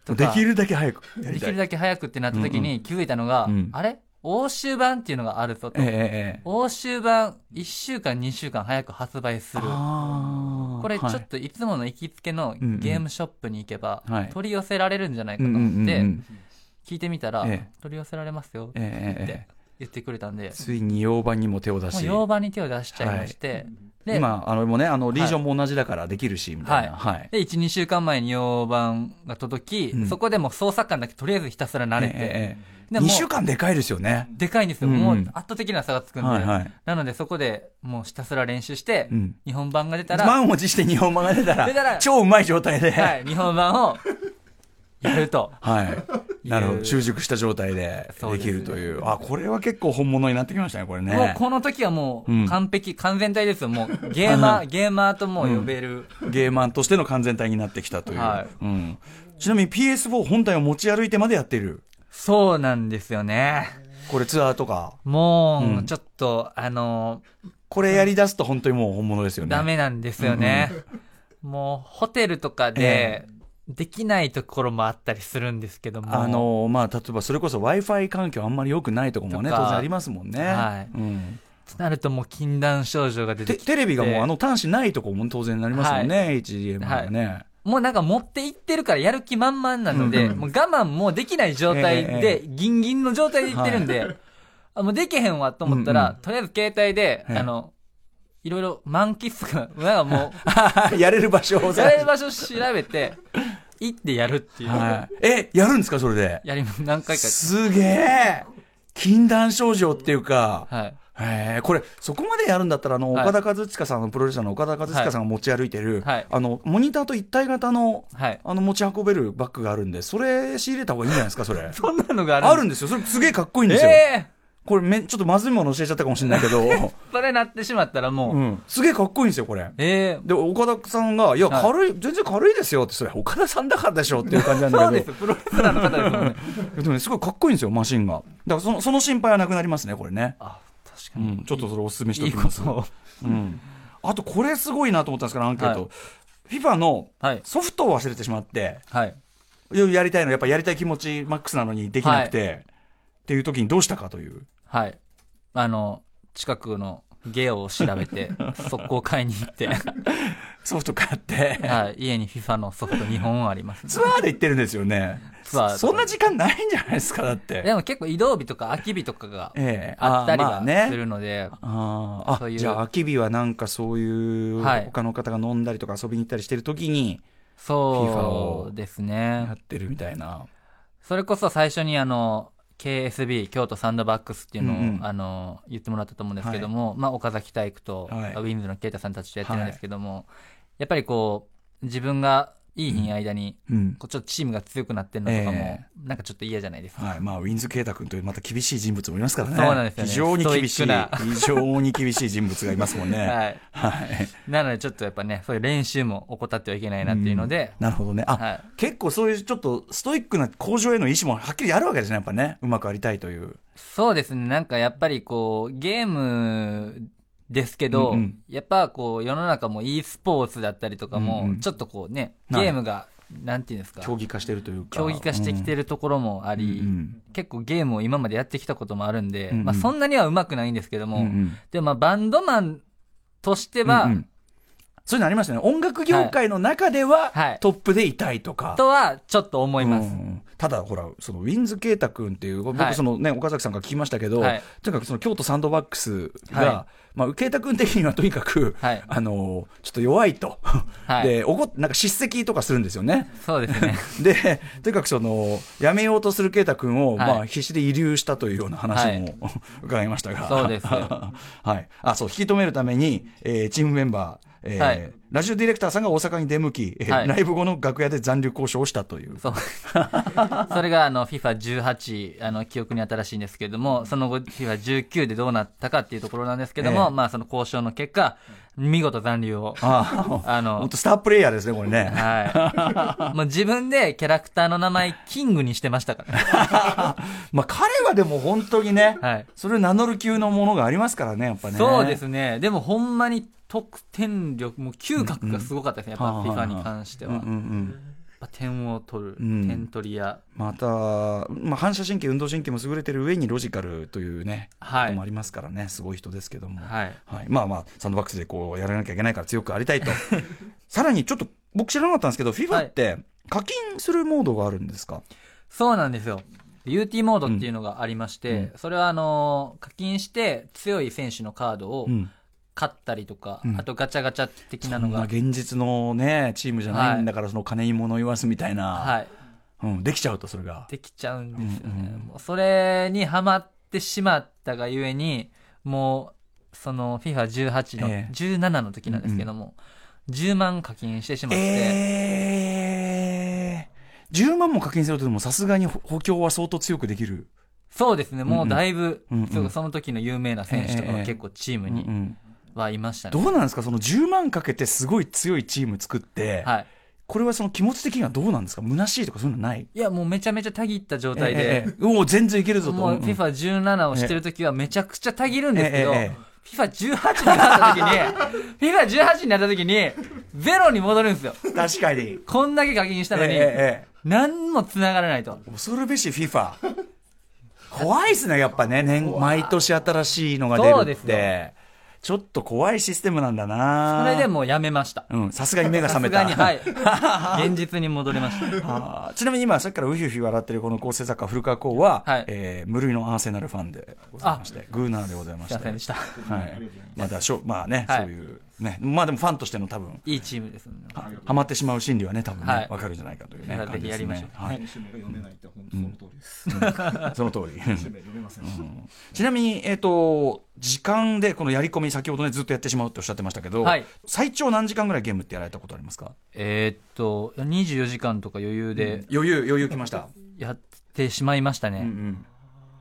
A: う
B: と
A: んで
B: か
A: きるだけ早くや
B: で
A: り
B: き
A: たい
B: るだけ早くってなった時に気づいたのが、
A: うん
B: あれ欧州版っていうのがあるぞと。
A: ええええ
B: 欧州版1週間2週間早く発売する。
A: あー
B: これちょ
A: は
B: っ
A: い
B: といつもの行きつけの
A: うんうん
B: ゲームショップに行けば
A: はい
B: 取り寄せられるんじゃないか
A: う
B: と
A: んうんうんう
B: 思
A: ん
B: って
A: え
B: 聞いてみたら
A: え
B: 取り寄せられますよっ
A: え
B: て
A: えええ
B: 言ってくれたんで
A: えついに洋版にも手を出
B: もう
A: し
B: 洋版に手を出しちゃいましてで
A: 今あのもうねあのリージョンも同じだからできるしみたいなはい
B: で12週間前に洋版が届
A: うん
B: きそこでもう操作感だけとりあえずひたすら慣れ
A: ええ
B: て
A: ええ
B: でも
A: 二
B: う
A: 週間でかいですよね
B: でかいんですよ
A: うんうん
B: もう圧倒的な差がつくんで
A: はいはい
B: なのでそこでもうひたすら練習して
A: うん
B: 日本版が出たら
A: 満を持して日本版が出た
B: 出た
A: ら
B: ら
A: 超うまい状態では
B: はいい日本版をやると
A: なるほど習熟した状態で
B: そう
A: で
B: です
A: きるというあこれは結構本物になってきましたねこれね
B: もうこの時はも
A: うん
B: う完璧、完全体ですよ。もうゲーマー、ゲーマーともう呼べる。
A: ゲーマンとしての完全体になってきたという、
B: は
A: うん、ちなみに PS4 本体を持ち歩いてまでやっている
B: そうなんですよね。
A: これツアーとかう
B: も
A: ん
B: う、ちょっと、あの、
A: これやりだすと本当にもう本物ですよね
B: ダメなんですよね。もう、ホテルとかで、できないところもあったりするんですけども。
A: あ、のまあ例えばそれこそ w i f i 環境あんまり良くないとこもね
B: と
A: 当
B: か
A: 然ありますもんね、
B: はい
A: うん、
B: となるともう禁断症状が出て
A: テ
B: きて。
A: テレビがもうあの端子ないとこも当然なりますもんね、HDMI がね、
B: もうなんか持っていってるからやる気満々なので、もう我慢もできない状態
A: え
B: で、ギンギンの状態でいってるんで、あもうできへんわと思ったら、
A: うん
B: とりあえず携帯で、
A: ええ
B: あの、いろいろ満喫とか、なんか も
A: やれる場所を
B: う、やれる場所調べて、行ってやるっていう。
A: はい、えやるんですかそれで
B: やります、何回か。
A: すげえ禁断症状っていうか、
B: はい。
A: へえこれそこまでやるんだったらあの、
B: はい
A: 岡田和親さんのプロレスラーの岡田和親さんが持ち歩いてる、
B: はい
A: あのモニターと一体型の
B: はい。
A: あの持ち運べるバッグがあるんでそれ仕入れた方がいいんじゃないですかそれ
B: そんなのがある
A: あるんですよそれすげえかっこいいんですよ、
B: え
A: これめちょっとまずいもの教えちゃったかもしれないけど、
B: えそれなってしまったら もう、
A: うん、すげえかっこいいんですよこれ
B: ええ
A: で岡田さんが「いや
B: はい
A: 軽い、全然軽いですよ」ってそれ岡田さんだからでしょっていう感じなん
B: そ
A: だ
B: う
A: け
B: で
A: ど
B: す、プロレスラーの方ですもんね。
A: でもねすごいかっこいいんですよマシンがだからそのその心配はなくなりますねこれね、
B: あ、確
A: う
B: かに。
A: ん、ちょっとそれおすすめして
B: い
A: お
B: い
A: き
B: こ
A: ます
B: とを。
A: うん、あとこれすごいなと思ったんですけどアンケート、FIFA の
B: はい。
A: ソフトを忘れてしまって
B: はい。
A: やりたいのやっぱやりたい気持ちマックスなのにできなくて、っていう時にどうしたかという
B: はい。あの、近くのゲオを調べて、 速攻買いに行って、
A: ソフト買って、
B: はい、家に FIFA のソフト2本あります、
A: ツアーで行ってるんですよね
B: ツアーとか
A: そんな時間ないんじゃないですかだって
B: でも結構移動日とか空き日とかが
A: ええ
B: あったり
A: あーまあ
B: は
A: ね
B: するので、
A: あーあ
B: そういう
A: じゃあ秋日はなんかそういう、
B: はい
A: 他の方が飲んだりとか遊びに行ったりしてる時に
B: そうです
A: や
B: ね
A: っ。てるみたいな、
B: それこそ最初にあの、KSB 京都サンドバックスっていうのを、
A: うんうん
B: あの言ってもらったと思うんですけども、まあ、岡崎体育と、
A: はい
B: ウィンズの啓太さんたちとやってるんですけども、やっぱりこう自分がいい日に間に、
A: うん
B: こうちょっとチームが強くなってるのとかも、
A: え
B: なんかちょっと嫌じゃないですか。
A: はいまあ、ウィンズ・ケイタ君というまた厳しい人物もいますからね
B: そうなんですよね
A: 非常に厳しい
B: ストイック
A: 非常に厳しい人物がいますもんね
B: はい。
A: はい
B: なのでちょっとやっぱね、そういう練習も怠ってはいけないなっていうので、
A: なるほどねあ、
B: はい
A: 結構そういうちょっとストイックな向上への意思もはっきりあるわけですねやっぱねうまくありたいという
B: そうですね、なんかやっぱりこう、ゲームですけど、
A: うんうん
B: やっぱこう、世の中も e スポーツだったりとかも、
A: うんうん
B: ちょっとこうね、ゲ
A: はい
B: ームが、なんていうんですか、
A: 競技化してるというか
B: 競技化してきて
A: る、
B: るところもあ
A: うん
B: り、結構ゲームを今までやってきたこともあるんで、
A: うんうん
B: まあそんなには上手くないんですけど
A: うん
B: も、
A: うんうん
B: でもまあバンドマンとしては、
A: うんうんそういうのありましたね音楽業界の中では、
B: はい
A: トップでいたいとか、
B: とはちょっと思います。
A: うんただほらそのウィンズ・ケイタ君っていう
B: は
A: 僕
B: い
A: その、ね岡崎さんから聞きましたけど、
B: はい
A: とにかくその京都サンドバックスが、
B: は
A: まあ、ケイタ君的にはとにかく、
B: はい
A: あのちょっと弱いと、
B: はい
A: で怒っなんか叱責とかするんですよね。
B: そうですね。
A: でとにかくそのやめようとする圭太君を、
B: はい
A: まあ、必死で遺留したというような話も、 伺いましたが
B: そうです
A: はい、あそう引き止めるために、えーチームメンバーえー
B: はい
A: ラジオディレクターさんが大阪に出向き、えー
B: はい
A: ライブ後の楽屋で残留交渉をしたという。
B: そう。 それが、あの、FIFA18、あの、記憶に新しいんですけれども、その後、FIFA19 でどうなったかっていうところなんですけども、
A: ええ
B: まあ、その交渉の結果、見事残留を、
A: あ
B: あ
A: あ、本
B: の、
A: 当スタープレイヤーですね、これね。
B: はい。もう自分でキャラクターの名前、キングにしてましたから。
A: まあ彼はでも本当にね、
B: はい。
A: それを名乗る級のものがありますからね、やっぱね。
B: そうですね。でも、ほんまに得点力、もう嗅覚がすごかったですね。やっ
A: うんうんはあは
B: ぱ
A: あ
B: FIFA に関して
A: うんう
B: は。
A: んう
B: やっ
A: ん。
B: ぱ点を取る、
A: うん
B: 点取りや。
A: また、まあ、反射神経運動神経も優れてる上にロジカルというね、
B: はい
A: こともありますからねすごい人ですけども、はい
B: はい。
A: まあまあサンドバックスでこうやらなきゃいけないから強くありたい とさらにちょっと僕知らなかったんですけど FIFA って課金するモードがあるんですか、
B: そうなんですよ。UT モードっていうのがありまして、それはあのー課金して強い選手のカードを
A: うん
B: 買ったりとか、
A: うん
B: あとガチャガチャ的な
A: そ
B: の
A: んな
B: が、
A: 現実のねチームじゃないんだから、その金に物言わすみたいな、
B: はい、
A: うん、できちゃうとそれが
B: できちゃうんですよね。
A: うんうん
B: もうそれにハマってしまったがゆえに、もう、その FIFA18 の、
A: ええ
B: 17の時なんですけども、10万課金してしまって、
A: えー、10万も課金するとでもさすがに補強は相当強くできる、
B: そうですね、もうだいぶ、
A: うんうん
B: そうその時の有名な選手とかが結構チーム
A: うんう
B: に
A: ん
B: はいました
A: ど
B: ね。
A: うなんですかその10万かけてすごい強いチーム作って、
B: はい
A: これはその気持ち的にはどうなんですか虚しいとかそういうのない
B: いや、もうめちゃめちゃたぎった状態で、
A: ええええおお全然いけるぞと
B: もう
A: うんうん
B: FIFA17 をしてるときはめちゃくちゃたぎるんですけど、
A: えええ
B: FIFA18 になったときに、FIFA18 になったときに、ゼロに戻るんですよ。
A: 確かに、
B: こんだけ課金したのに、
A: えええ
B: 何も繋がらないと。
A: え恐るべし FIFA 怖いですねやっぱね年毎年新しいのが出
B: そう
A: る
B: で
A: っ
B: すよ
A: てちょっと怖いシステムなんだな
B: それでもうやめました。
A: うんさすがに目が
B: さ
A: 覚
B: す
A: めた
B: がに、はい。現実に戻りました。
A: あーちなみに今さっきからウヒウヒ笑ってるこの構成作家古川光は、
B: はい
A: えー無類のアーセナルファンでございましてグーナーでございます
B: い
A: し
B: ません
A: て
B: でした。
A: はい、まだしょまあね、
B: はい
A: そういうねまあでもファンとしての多分
B: いいチームです、ね。
A: はハマってしまう心理はね多分ね、
B: はい
A: わかるんじゃないかというね
B: だから
A: 感じですね
B: ぜひやりましょ
A: はい
D: 選手名が読めないって本当その通りです。
A: その通
D: 選
A: り
D: 手名読めません。
A: ちなみにえっ、と時間でこのやり込み先ほどねずっとやってしまうっておっしゃってましたけど、
B: はい
A: 最長何時間ぐらいゲームってやられたことありますか
B: えーっと、24時間とか余裕で
A: 余裕余裕きました、
B: やってしまいましたね。
A: うん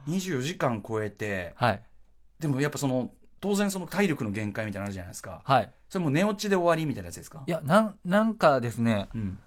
A: うん、24時間超えて
B: はい。
A: でもやっぱその当然その体力の限界みたいなのあるじゃないですか
B: はい。
A: それもう寝落ちで終わりみたいなやつですか
B: いや、なん、なんかですね、
A: うん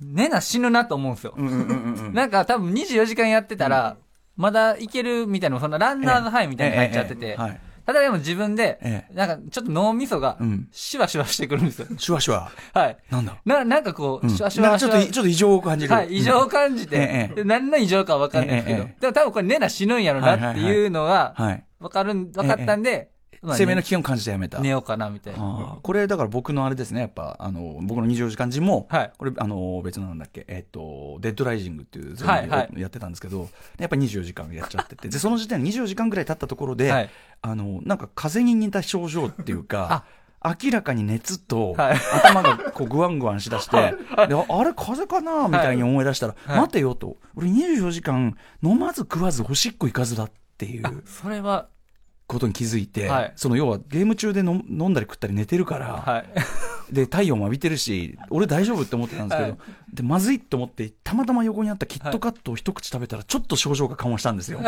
B: 寝な死ぬなと思うんですよ
A: う。んうんうんうん
B: なんか多分24時間やってたら、まだいけるみたいな、そんなランナーズハイみたいに入っちゃって
A: えええ
B: て
A: え、はい
B: ただでも自分で
A: え、
B: なんかちょっと脳みそが
A: うん、
B: シュワシュワしてくるんですよ。
A: シュワシュワ
B: はい。
A: なんだ
B: な、なんかこ
A: う
B: う、
A: ん
B: シュワシュ
A: な
B: ワ
A: んかちょ
B: シュ
A: っと
B: ワ
A: いちょっと異常を感じる
B: はい、異常を感じ
A: ええ
B: て
A: え、え
B: で何の異常かわかんないんです
A: ええ
B: け
A: え
B: ど、でも多分これ寝な死ぬんやろなっていうの
A: うん
B: が、
A: はい
B: わかるん、わかったんで、まあ
A: 生命の危険を感じてやめた
B: 寝ようかなみたいな。
A: あーこれだから僕のあれですねやっぱあの僕の24時間時も、
B: はい
A: これあの別のなんだっけ、えっとデッドライジングっていうゾ
B: はいはい
A: ンビをやってたんですけど、やっぱ24時間やっちゃっててでその時点で24時間ぐらい経ったところで、
B: はい
A: あのなんか風邪に似た症状っていう か明らかに熱と、
B: はい
A: 頭がこうグワングワンしだ して、でああれ風邪かなみたいに思い出したら、
B: はい
A: 待てよと俺24時間飲まず食わずおしっこ行かずだっていう。
B: それは、
A: ことに気づいて、
B: はい
A: その要はゲーム中で飲飲んだり食ったり寝てるから、
B: はい。
A: で太陽も浴びてるし俺大丈夫って思ってたんですけど、
B: は
A: でまずいと思ってたまたま横にあったキットカットを一口食べたらちょっと症状が緩和したんですよ。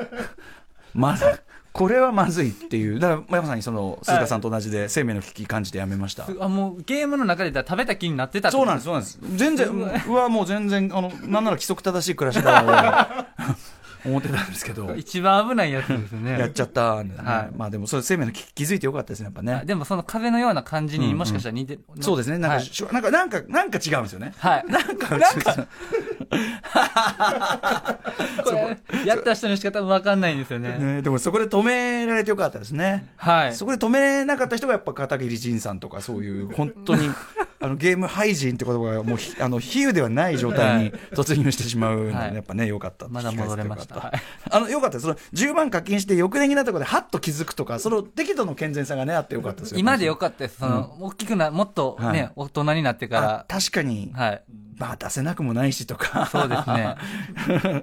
A: まずこれはまずいっていうだからまさにその鈴鹿さんと同じで生命の危機感じてやめました。
B: すあもうゲームの中で言ったら食べた気になってたって
A: そ
B: こ
A: う
B: と
A: なんです、そうなんです。全然、うわ、もう全然、あの、なんなら規則正しい暮らしだな と思ってたんですけど、
B: 一番危ないやつです
A: やっ
B: ね。
A: ちゃったんですね、
B: はい
A: まあでも、それ生命の危機気づいてよかったですね、やっぱね。
B: でもその風のような感じ
A: うん
B: に
A: うん
B: もしかしたら似てる、
A: そうですね。なんか、
B: はい。
A: しゅなんか、なんか、なんか違うんですよね。
B: はい、
A: なんか、なんか、
B: これ やった人の仕方もわかんないんですよね。
A: ね、でもそこで止められてよかったですね。
B: はい。
A: そこで止めなかった人がやっぱ片桐仁さんとかそういう本当 にあのゲーム廃人って言葉がもうひあの比喩ではない状態に突入してしまうので、
B: はい
A: やっぱねよかった
B: まだ戻れました。
A: 引き
B: は
A: 返せてよかったあのよかったですその10万課金して翌年になったことでハッと気づくとかその適度の健全さがねあってよかったです
B: い
A: よ
B: 今でよかったです。その、大きくな、もっとね、
A: はい
B: 大人になって
A: あ
B: か
A: 確からに、
B: ら、はい。
A: まあ出せなくもないしとか
B: そうですね。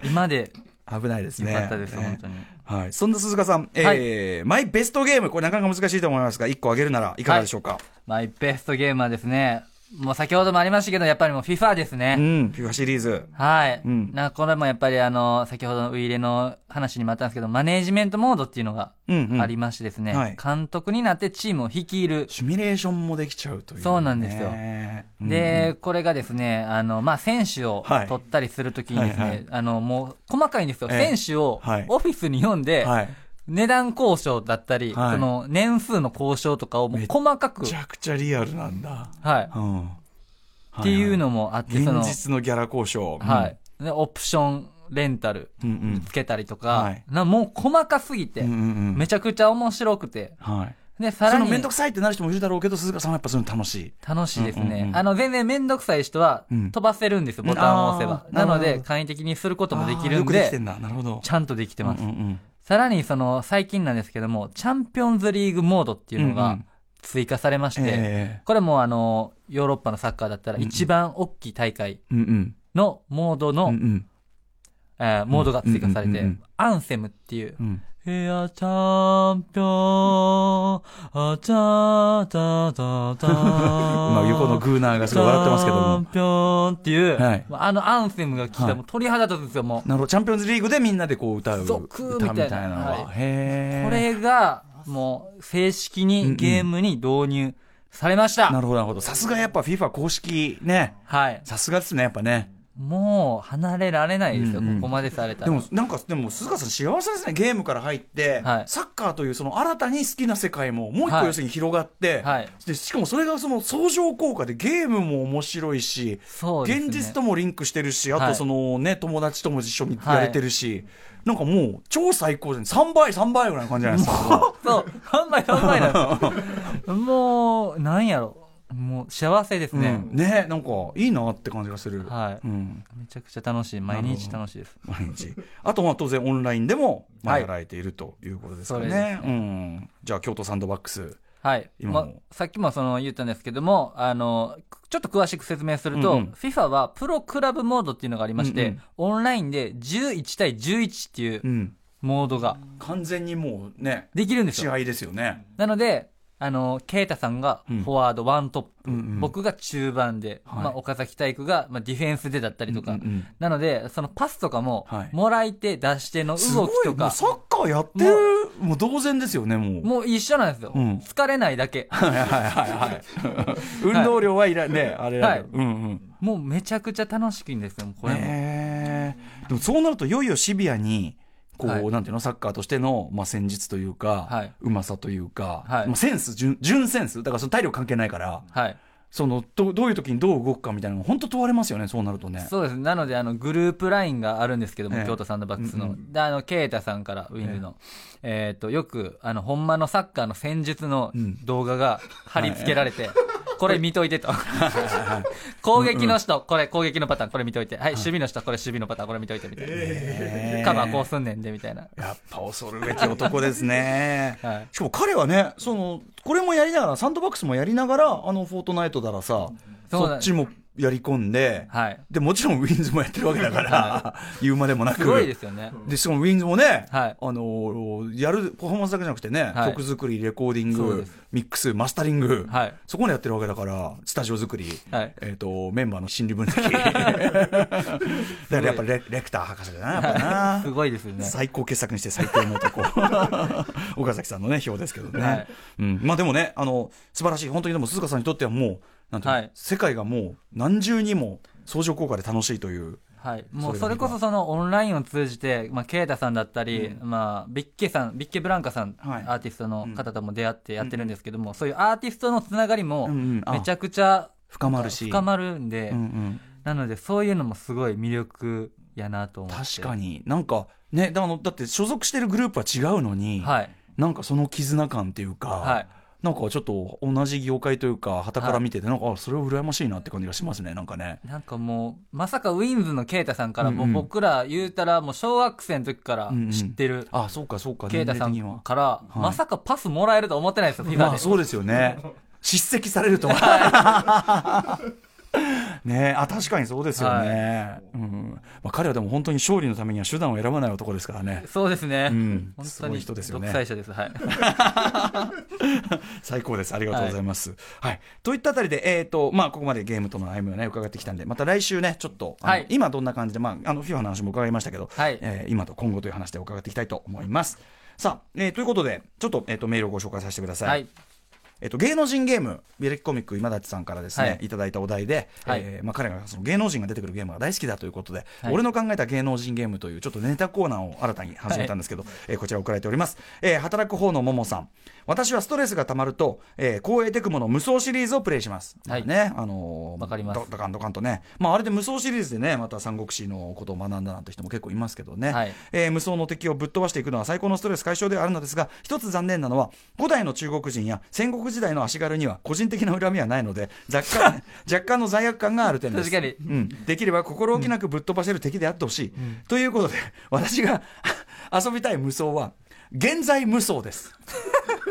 B: 今で
A: 危ないです
B: よ
A: ね
B: かったです、
A: ね
B: 本当に。
A: はい、そんな鈴鹿さん、えーマイベストゲーム、これなかなか難しいと思いますが、1個あげるならいかがでしょうか。
B: マイベストゲームはですね、もう先ほどもありましたけど、やっぱりもう FIFA ですね。
A: うん、FIFA シリーズ。
B: はい。
A: うん
B: なんかこれもやっぱりあの、先ほどのウイイレの話にもあったんですけど、マネージメントモードっていうのが
A: うん、うん。
B: ありましてですね、
A: はい
B: 監督になってチームを率いる。
A: シミュレーションもできちゃうという、ね。
B: そうなんですよ
A: うん
B: で、これがですね、あの、まあ、選手を
A: はい
B: 取ったりするときにですね、
A: はいはい
B: あの、もう、細かいんですよ。
A: ええ
B: 選手を
A: はい
B: オフィスに読んで、
A: はい。
B: 値段交渉だったり、
A: はい
B: その、年数の交渉とかをもう細かく
A: めち、ゃくちゃリアルなんだ。
B: はい。
A: うん。
B: っていう
A: の、
B: のもあって、その
A: 現、実のギャラ交渉。
B: はい。で、オプション、レンタル、
A: うん。うん
B: つけたりと
A: は
B: か
A: い、
B: なもう細かすぎて、
A: うん。うんうんうん。
B: めちゃくちゃ面白くて。
A: はい。
B: で、さ
A: そ
B: ら
A: の
B: に
A: めんどくさいってなる人もいるだろうけど、鈴鹿さんはやっぱそういうの楽しい。
B: 楽しいですね。
A: うんうんうん
B: あの、全然めんどくさい人は
A: うん
B: 飛ばせるんですよ、ボタンを押せば
A: あ。ー
B: なの
A: なる
B: で、
A: ほど
B: 簡易的にすることもでき
A: あー
B: る
A: よ
B: ん
A: くできて
B: で、
A: んだ。なるほど。
B: ちゃんとできてます。
A: うんうんうん
B: さらに、その、最近なんですけども、チャンピオンズリーグモードっていうの
A: うんう
B: が
A: ん
B: 追加されまして、
A: え
B: これもあの、ヨーロッパのサッカーだったら一番大きい大会
A: えうんうん。
B: のモードの、
A: うんうん
B: えーモードが追加され
A: うんうんうんう
B: て
A: ん、
B: アンセムっていう、
A: うん。
B: ヘアチャンピオン、あちゃたた た。
A: 今、横のグーナーがすごい笑ってますけど
B: チャン
A: も。
B: ピオンっていう、
A: はい
B: あのアンセムが聞いたら、
A: はい
B: もう鳥肌立つんですよ、もう。
A: なるほど。チャンピオンズリーグでみんなでこう歌う。
B: 俗
A: 歌みたいなの
B: みたいな
A: は。へ
B: は
A: え。
B: これが、もう、正式にゲームに導入されました。
A: なるほど、なるほど。さすがやっぱ FIFA 公式ね。
B: はい。
A: さすがですね、やっぱね。
B: もう、離れられないですよ、
A: うんうん
B: ここまでされた
A: で
B: ら。
A: も、なんか、でも、鈴鹿さん幸せですね。ゲームから入って、
B: はい
A: サッカーというその新たに好きな世界も、もう一
B: は
A: 個
B: い
A: 要するに広がって、
B: はい
A: でしかもそれがその相乗効果でゲームも面白いし、
B: そうですね。
A: 現実ともリンクしてるし、あ
B: は
A: と
B: い
A: そのね、友達とも一緒にやれてるし、なんかもう超最高じゃん。3倍、3倍ぐらいの感じじゃないです か。
B: そう、3倍、3倍なんですよもう、なんやろ。もう、幸せです
A: うん
B: ね。
A: ね、なんかいいなって感じがする。
B: はい。
A: うん
B: めちゃくちゃ楽しい。毎日楽しいです。
A: 毎日。あと、まあ、当然オンラインでも、まあ、
B: はい
A: やられているということですかね。
B: そうです
A: うん。じゃあ、京都サンドバックス。
B: はい。
A: 今
B: ま
A: も、
B: さっきもその言ったんですけども、あの、ちょっと詳しく説明すると、
A: うんうん
B: FIFA はプロクラブモードっていうのがありまして、
A: うんうん
B: オンラインで11対11っていう
A: うん。
B: モードが
A: 完全にもうね、
B: できるんです
A: 試
B: よ。
A: 合ですよね。
B: なので、あの、ケイタさんが
A: うん
B: フォワード、ワントップ、
A: うんうん
B: 僕が中盤で、
A: はい
B: まあ、岡崎体育が、まあ、ディフェンスでだったりとか、
A: うんうん
B: なので、そのパスとかも、
A: はい
B: もらい手、出し手の
A: す
B: 動
A: ご
B: き
A: い、
B: と
A: もう
B: か、
A: サッカーやってる、もう同然ですよね、もう。
B: もう一緒なんですよ。
A: うん
B: 疲れないだ け。
A: はいはいはいはい。 運動量はいらんね、あれだけどうんうん。
B: もうめちゃくちゃ楽しいんですよ、これも。
A: ねえでもそうなるといよいよシビアにこう、
B: はい
A: なんていうのサッカーとしての、まあ、戦術というか、
B: はいう
A: まさというか、
B: はい
A: まあ、センス純純センスだからその体力関係ないから
B: はい。
A: そのどどういう時にどう動くかみたいなのが本当問われますよねそうなるとね。
B: そうですなのであのグループラインがあるんですけども、
A: ええ
B: 京都サンドバックスの、
A: うんう
B: であのケイタさんからウィングの、えーっとよくあのほんまのサッカーの戦術の
A: うん
B: 動画が貼り付けられて、これ見といてと攻撃の人、これ攻撃のパターンこれ見といて、はい、守備の人これ守備のパターンこれ見といてみたいな、
A: ええ
B: カバーこうすんねんでみたいな、。
A: やっぱ恐るべき男ですね
B: はい
A: しかも彼はねそのこれもやりながらサンドバックスもやりながらあの「フォートナイト」だらさ
B: そう
A: そ
B: だ
A: っちもやり込んで、
B: はい、
A: でもちろんウィンズもやってるわけだから、言うまでもなく。
B: すごいですよね、
A: で、しかもウィンズもね、
B: はい
A: あのーやるパフォーマンスだけじゃなくてね、
B: はい
A: 曲作り、レコーディン
B: そうで
A: グ
B: す、
A: ミックス、マスタリング、
B: はい
A: そこまでやってるわけだから、スタジオ作り、
B: はい
A: えっ、と、メンバーの心理分析。
B: 。
A: だからやっぱレレクター博士だな、やっぱな
B: すごいですよね
A: 最高傑作にして最低の 男岡崎さんのね表ですけどね、
B: はい
A: うん、まあでもねあの素晴らしい本当にでも鈴鹿さんにとってはもうなんていうの、
B: はい
A: 世界がもう何重にも相乗効果で楽しいという
B: はい、もう
A: そ
B: そ
A: れ
B: れ
A: が
B: こそそのオンラインを通じて、まあ、ケイタさんだったり、まあ、ビッケさんビッケブランカさん、
A: はい
B: アーティストの方とも出会ってやってるんですけども、そういうアーティストのつながりも
A: うんうんあ
B: めちゃくちゃ
A: 深まるし
B: 深まるんで、
A: うんうん
B: なのでそういうのもすごい魅力やなと思って
A: 確か
B: に
A: になんかねだあのだって所属してるグループは違うのに、
B: はい
A: なんかその絆感っていうか、
B: はい
A: なんかちょっと同じ業界というか傍から見てて、なんかあそれは羨ましいなって感じがしますねなんかね
B: なんかもうまさかウィンズのケイタさんから、
A: う
B: もう
A: んうん
B: 僕ら言うたらもう小学生の時から知ってる、
A: あそうかそうか
B: ケイタさ
A: 年齢的には
B: んから、
A: い
B: まさかパスもらえると思ってないですよ、FIFA で
A: まあそうですよね。叱責されるとは。ねあ確かにそうですよね、
D: はい
A: うんまあ、彼はでも本当に勝利のためには手段を選ばない男ですからね、
B: そうですね。
A: うん、
B: 本
A: す
B: 当
A: ごい
B: に
A: 人ですよ
B: 独
A: ね
B: 裁者です。はい。
A: 最高ですありがとうございます、はいといったあたりで、えーとまあ、ここまでゲームとの歩みを、ね、伺ってきたんでまた来週ねちょっとあの
B: はい
A: 今どんな感じで、まあ、あの FIFA の話も伺いましたけど、
B: はい
A: えー今と今後という話で伺っていきたいと思いますさあ、えーということでちょっと,、えーとメールをご紹介させてください、
B: はい。
A: えっと、芸能人ゲーム、ビレキコミック今立さんからですね、
B: はい
A: い、ただいたお題で、
B: はい
A: えーまあ、彼がその芸能人が出てくるゲームが大好きだということで、
B: はい
A: 俺の考えた芸能人ゲームというちょっとネタコーナーを新たに始めたんですけど、えーこちら送られております、えー働く方のももさん私はストレスがたまると、えー、光栄テクモの無双シリーズをプレイします、
B: はい
A: ねあのー
B: わかります
A: ドドカンドカンとね、まあ、あれで無双シリーズでねまた三国志のことを学んだなんて人も結構いますけどね、
B: はい
A: えー無双の敵をぶっ飛ばしていくのは最高のストレス解消ではあるのですが一つ残念なのは古代の中国人や戦国時代の足軽には個人的な恨みはないので若 干若干の罪悪感がある点です
B: 確かに
A: うん、できれば心置きなくぶっ飛ばせる敵であってほしい、ということで私が 遊びたい無双は現在無双です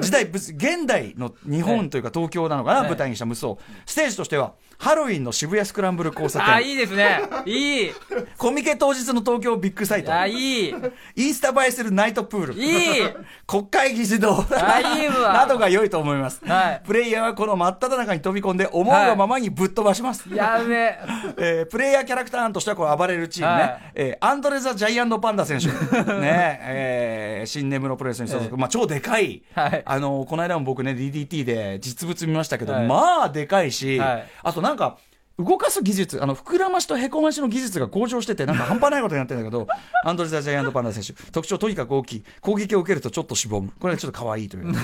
A: 時代ぶ現代の日
B: は
A: 本
B: い
A: というか東京なのかな、
B: はい
A: 舞台にした無双ステージとしてはハロウィンの渋谷スクランブル交差
B: あー、
A: 点
B: いいですね。いい。
A: コミケ当日の東京ビッグサイト
B: あ、いい。
A: インスタ映えするナイトプール。
B: いい
A: 国会議事堂。
B: あいいわ
A: などが良いと思います。
B: はい
A: プレイヤーはこの真っ只中に飛び込んで、思うがままにぶっ飛ばします。
B: やべえ。
A: えープレイヤーキャラクター案としてはこの暴れるチームね、
B: はい
A: えーアンドレ・ザ・ジャイアント・パンダ選 手、ねえー新根室プロレスに所属、
B: ええ
A: まあ、超でかい、
B: はい
A: あのこの間も僕ね、DDT で実物見ましたけど、
B: はい
A: まあでかいし、
B: はい
A: あとなんか、動かす技術あの膨らましとへこましの技術が向上しててなんか半端ないことになってるんだけど アンドレ・ザ・ジャイアント・パンダ選手特徴とにかく大きい攻撃を受けるとちょっとしぼむこれはちょっと可愛いという、ね、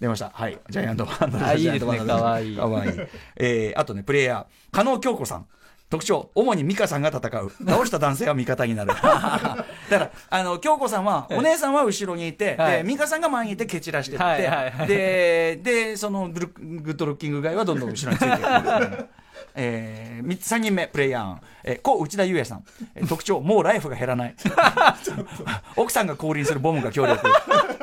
A: 出ましたはいジャイアント・パンダ
B: あいいです
A: ジャ
B: ね
A: イアントパンダ選手
B: 可愛い
A: 可愛い。えー、あとね、プレイヤー、加納京子さん。特徴、主に美香さんが戦う。倒した男性は味方に なる。だから、あの、京子さんは、お姉さんは後ろにいて、
B: はい
A: で、美香さんが前にいて蹴散らしてって、
B: はいはいはい
A: で、で、そのグル、グッドルッキングガイはどんどん後ろについてい く。えー、3人目、プレイヤー案、えー、故内田裕也さん、えー特徴、もうライフが減ら ない、奥さんが降臨するボムが強力、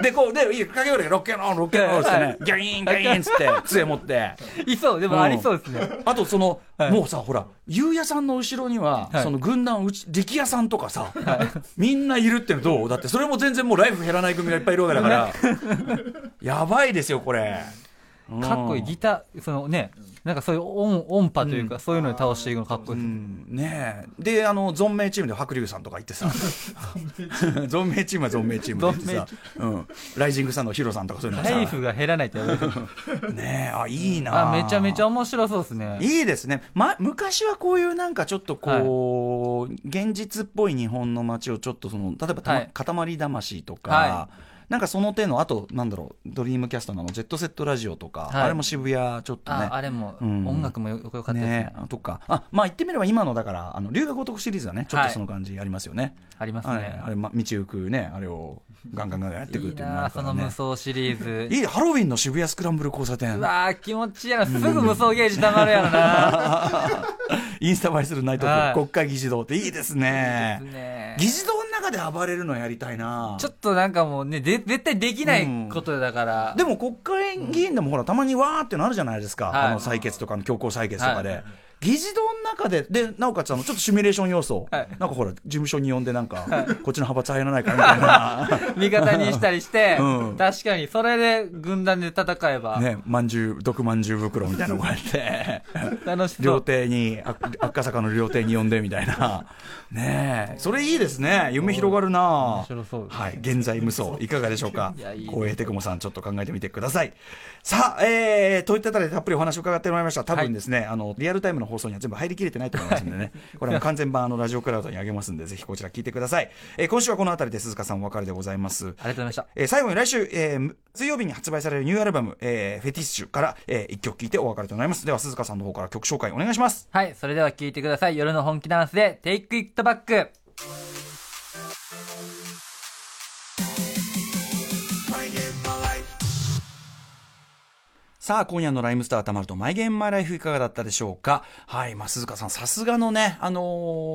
A: で、こう、で、いいかけよりロッケンロール、ロッケンロールっつってね、ギャイーン、ギャイーンっつって、杖持って、
B: いそう。でもありそうですね。
A: あとその、もうさほらゆうやさんの後ろには、
B: はい
A: その軍団うち力也さんとかさ、 みんないるってのどうだってそれも全然もうライフ減らない組がいっぱいいるわけだから やばいですよこれ
B: かっこいい。ギター、そのね、なんかそういう音、音波というか、そういうのに倒していくのかっこいいですね。
A: ねえであの存命チームで白龍さんとか行ってさ存命チームは 存命チームで行ってさ、うん、ライジングさんのヒロさんとかそういうの
B: ライフ
A: さ
B: が減らないってやばいですね
A: ねえあいいな
B: あ、めちゃめちゃ面白そうですね。
A: いいですね、ま、昔はこういうなんかちょっとこう、現実っぽい日本の街をちょっとその例えばたま、
B: はい
A: 塊魂とか、
B: は
A: なんかその手のあとなんだろうドリームキャストなのジェットセットラジオとか、
B: はい
A: あれも渋谷ちょっと
B: あ
A: ね
B: あれも、
A: うん
B: 音楽もよくよかったですね
A: ねとかあまあ言ってみれば今のだからあの龍が如くシリーズはねちょっとその感じありますよね、
B: あります
A: あれ
B: ね
A: あれ、ま、道行くねあれをガンガンガンやってくる
B: い
A: っ
B: い
A: ていうのがあ
B: な
A: るか
B: そ
A: ら
B: の
A: ね
B: 無双シリーズ
A: いいハロウィンの渋谷スクランブル交差点
B: うわー気持ちいいやなすぐ無双ゲージたまるやろな
A: インスタ映えするナイトプール
B: はい
A: 国会議事堂っていいです ね
B: ですね
A: 議事堂の中で暴れるのやりたいな
B: ちょっとなんかもうねで絶対できないことだから、
A: でも国会議員でもほらたまにわーってなるじゃないですか、
B: はい
A: あの採決とかの強行採決とかで、
B: はい
A: 議事堂の中ででなおかつあのちょっとシミュレーション要素、
B: はい
A: なんかほら事務所に呼んでなんか、こっちの派閥入らないかみたい な
B: 味方にしたりして、
A: うん
B: 確かにそれで軍団で戦えば、
A: ねまんじゅう毒まんじゅう袋みたいなのこうやって。
B: 楽しそ
A: 料
B: う
A: 亭にあ赤坂の料亭に呼んでみたい なねえそれいいですね夢広がるな
B: 面白そうですね
A: はい現在無双いかがでしょうか
B: いやいいです
A: 光栄テクモさんちょっと考えてみてくださいさあえー、といったあたりでたっぷりお話を伺ってまいりました多分ですね、あのリアルタイムの放送には全部入りきれてないと思いますんで ねこれはもう完全版あのラジオクラウドにあげますんでぜひこちら聞いてください、えー今週はこのあたりで鈴鹿さんお別れでございます
B: ありがとうございました
A: えー最後に来週、えー水曜日に発売されるニューアルバム、えーフェティッシュから、え1曲聴いてお別れとなります。では、鈴鹿さんの方から曲紹介お願いします。
B: はいそれでは聴いてください夜の本気ダンスで「Take It Back」
A: さあ、今夜のライムスターたまると、マイゲームマイライフいかがだったでしょうかはい、まあ、鈴鹿さん、さすがのね、あの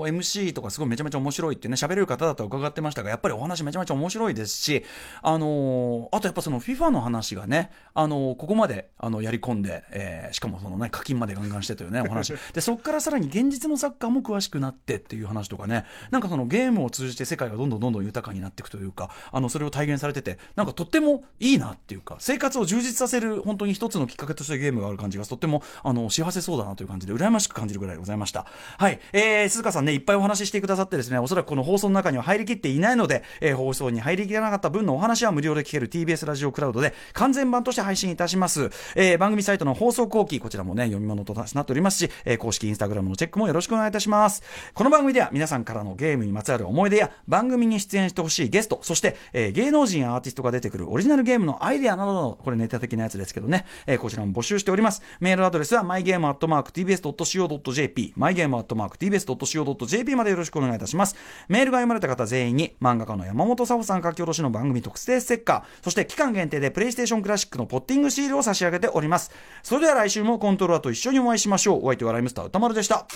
A: ー MC とかすごいめちゃめちゃ面白いってね、喋れる方だとは伺ってましたが、やっぱりお話めちゃめちゃ面白いですし、あのーあとやっぱその FIFA の話がね、あのーここまで、あの、やり込んで、えーしかもそのね、課金までガンガンしてというね、お話。で、そっからさらに現実のサッカーも詳しくなってっていう話とかね、なんかそのゲームを通じて世界がどんどんどんどん豊かになっていくというか、あの、それを体現されてて、なんかとってもいいなっていうか、生活を充実させる本当に一つのきっかけとしてゲームがある感じがとっても、あの、幸せそうだなという感じで、羨ましく感じるぐらいでございました。はい。えー、鈴鹿さんね、いっぱいお話ししてくださってですね、おそらくこの放送の中には入りきっていないので、えー放送に入りきらなかった分のお話は無料で聞ける TBS ラジオクラウドで完全版として配信いたします。えー番組サイトの放送後期、こちらもね、読み物となっておりますし、えー公式インスタグラムのチェックもよろしくお願いいたします。この番組では皆さんからのゲームにまつわる思い出や、番組に出演してほしいゲスト、そして、えー芸能人やアーティストが出てくるオリジナルゲームのアイデアなどの、これネタ的なやつですけどね、えーこちらも募集しております。メールアドレスは mygame.tbs.co.jp、mygame.tbs.co.jp までよろしくお願いいたします。メールが読まれた方全員に、漫画家の山本佐保さん書き下ろしの番組特製ステッカー、そして期間限定でプレイステーションクラシックのポッティングシールを差し上げております。それでは来週もコントローラーと一緒にお会いしましょう。お相手はライムスター歌丸でした。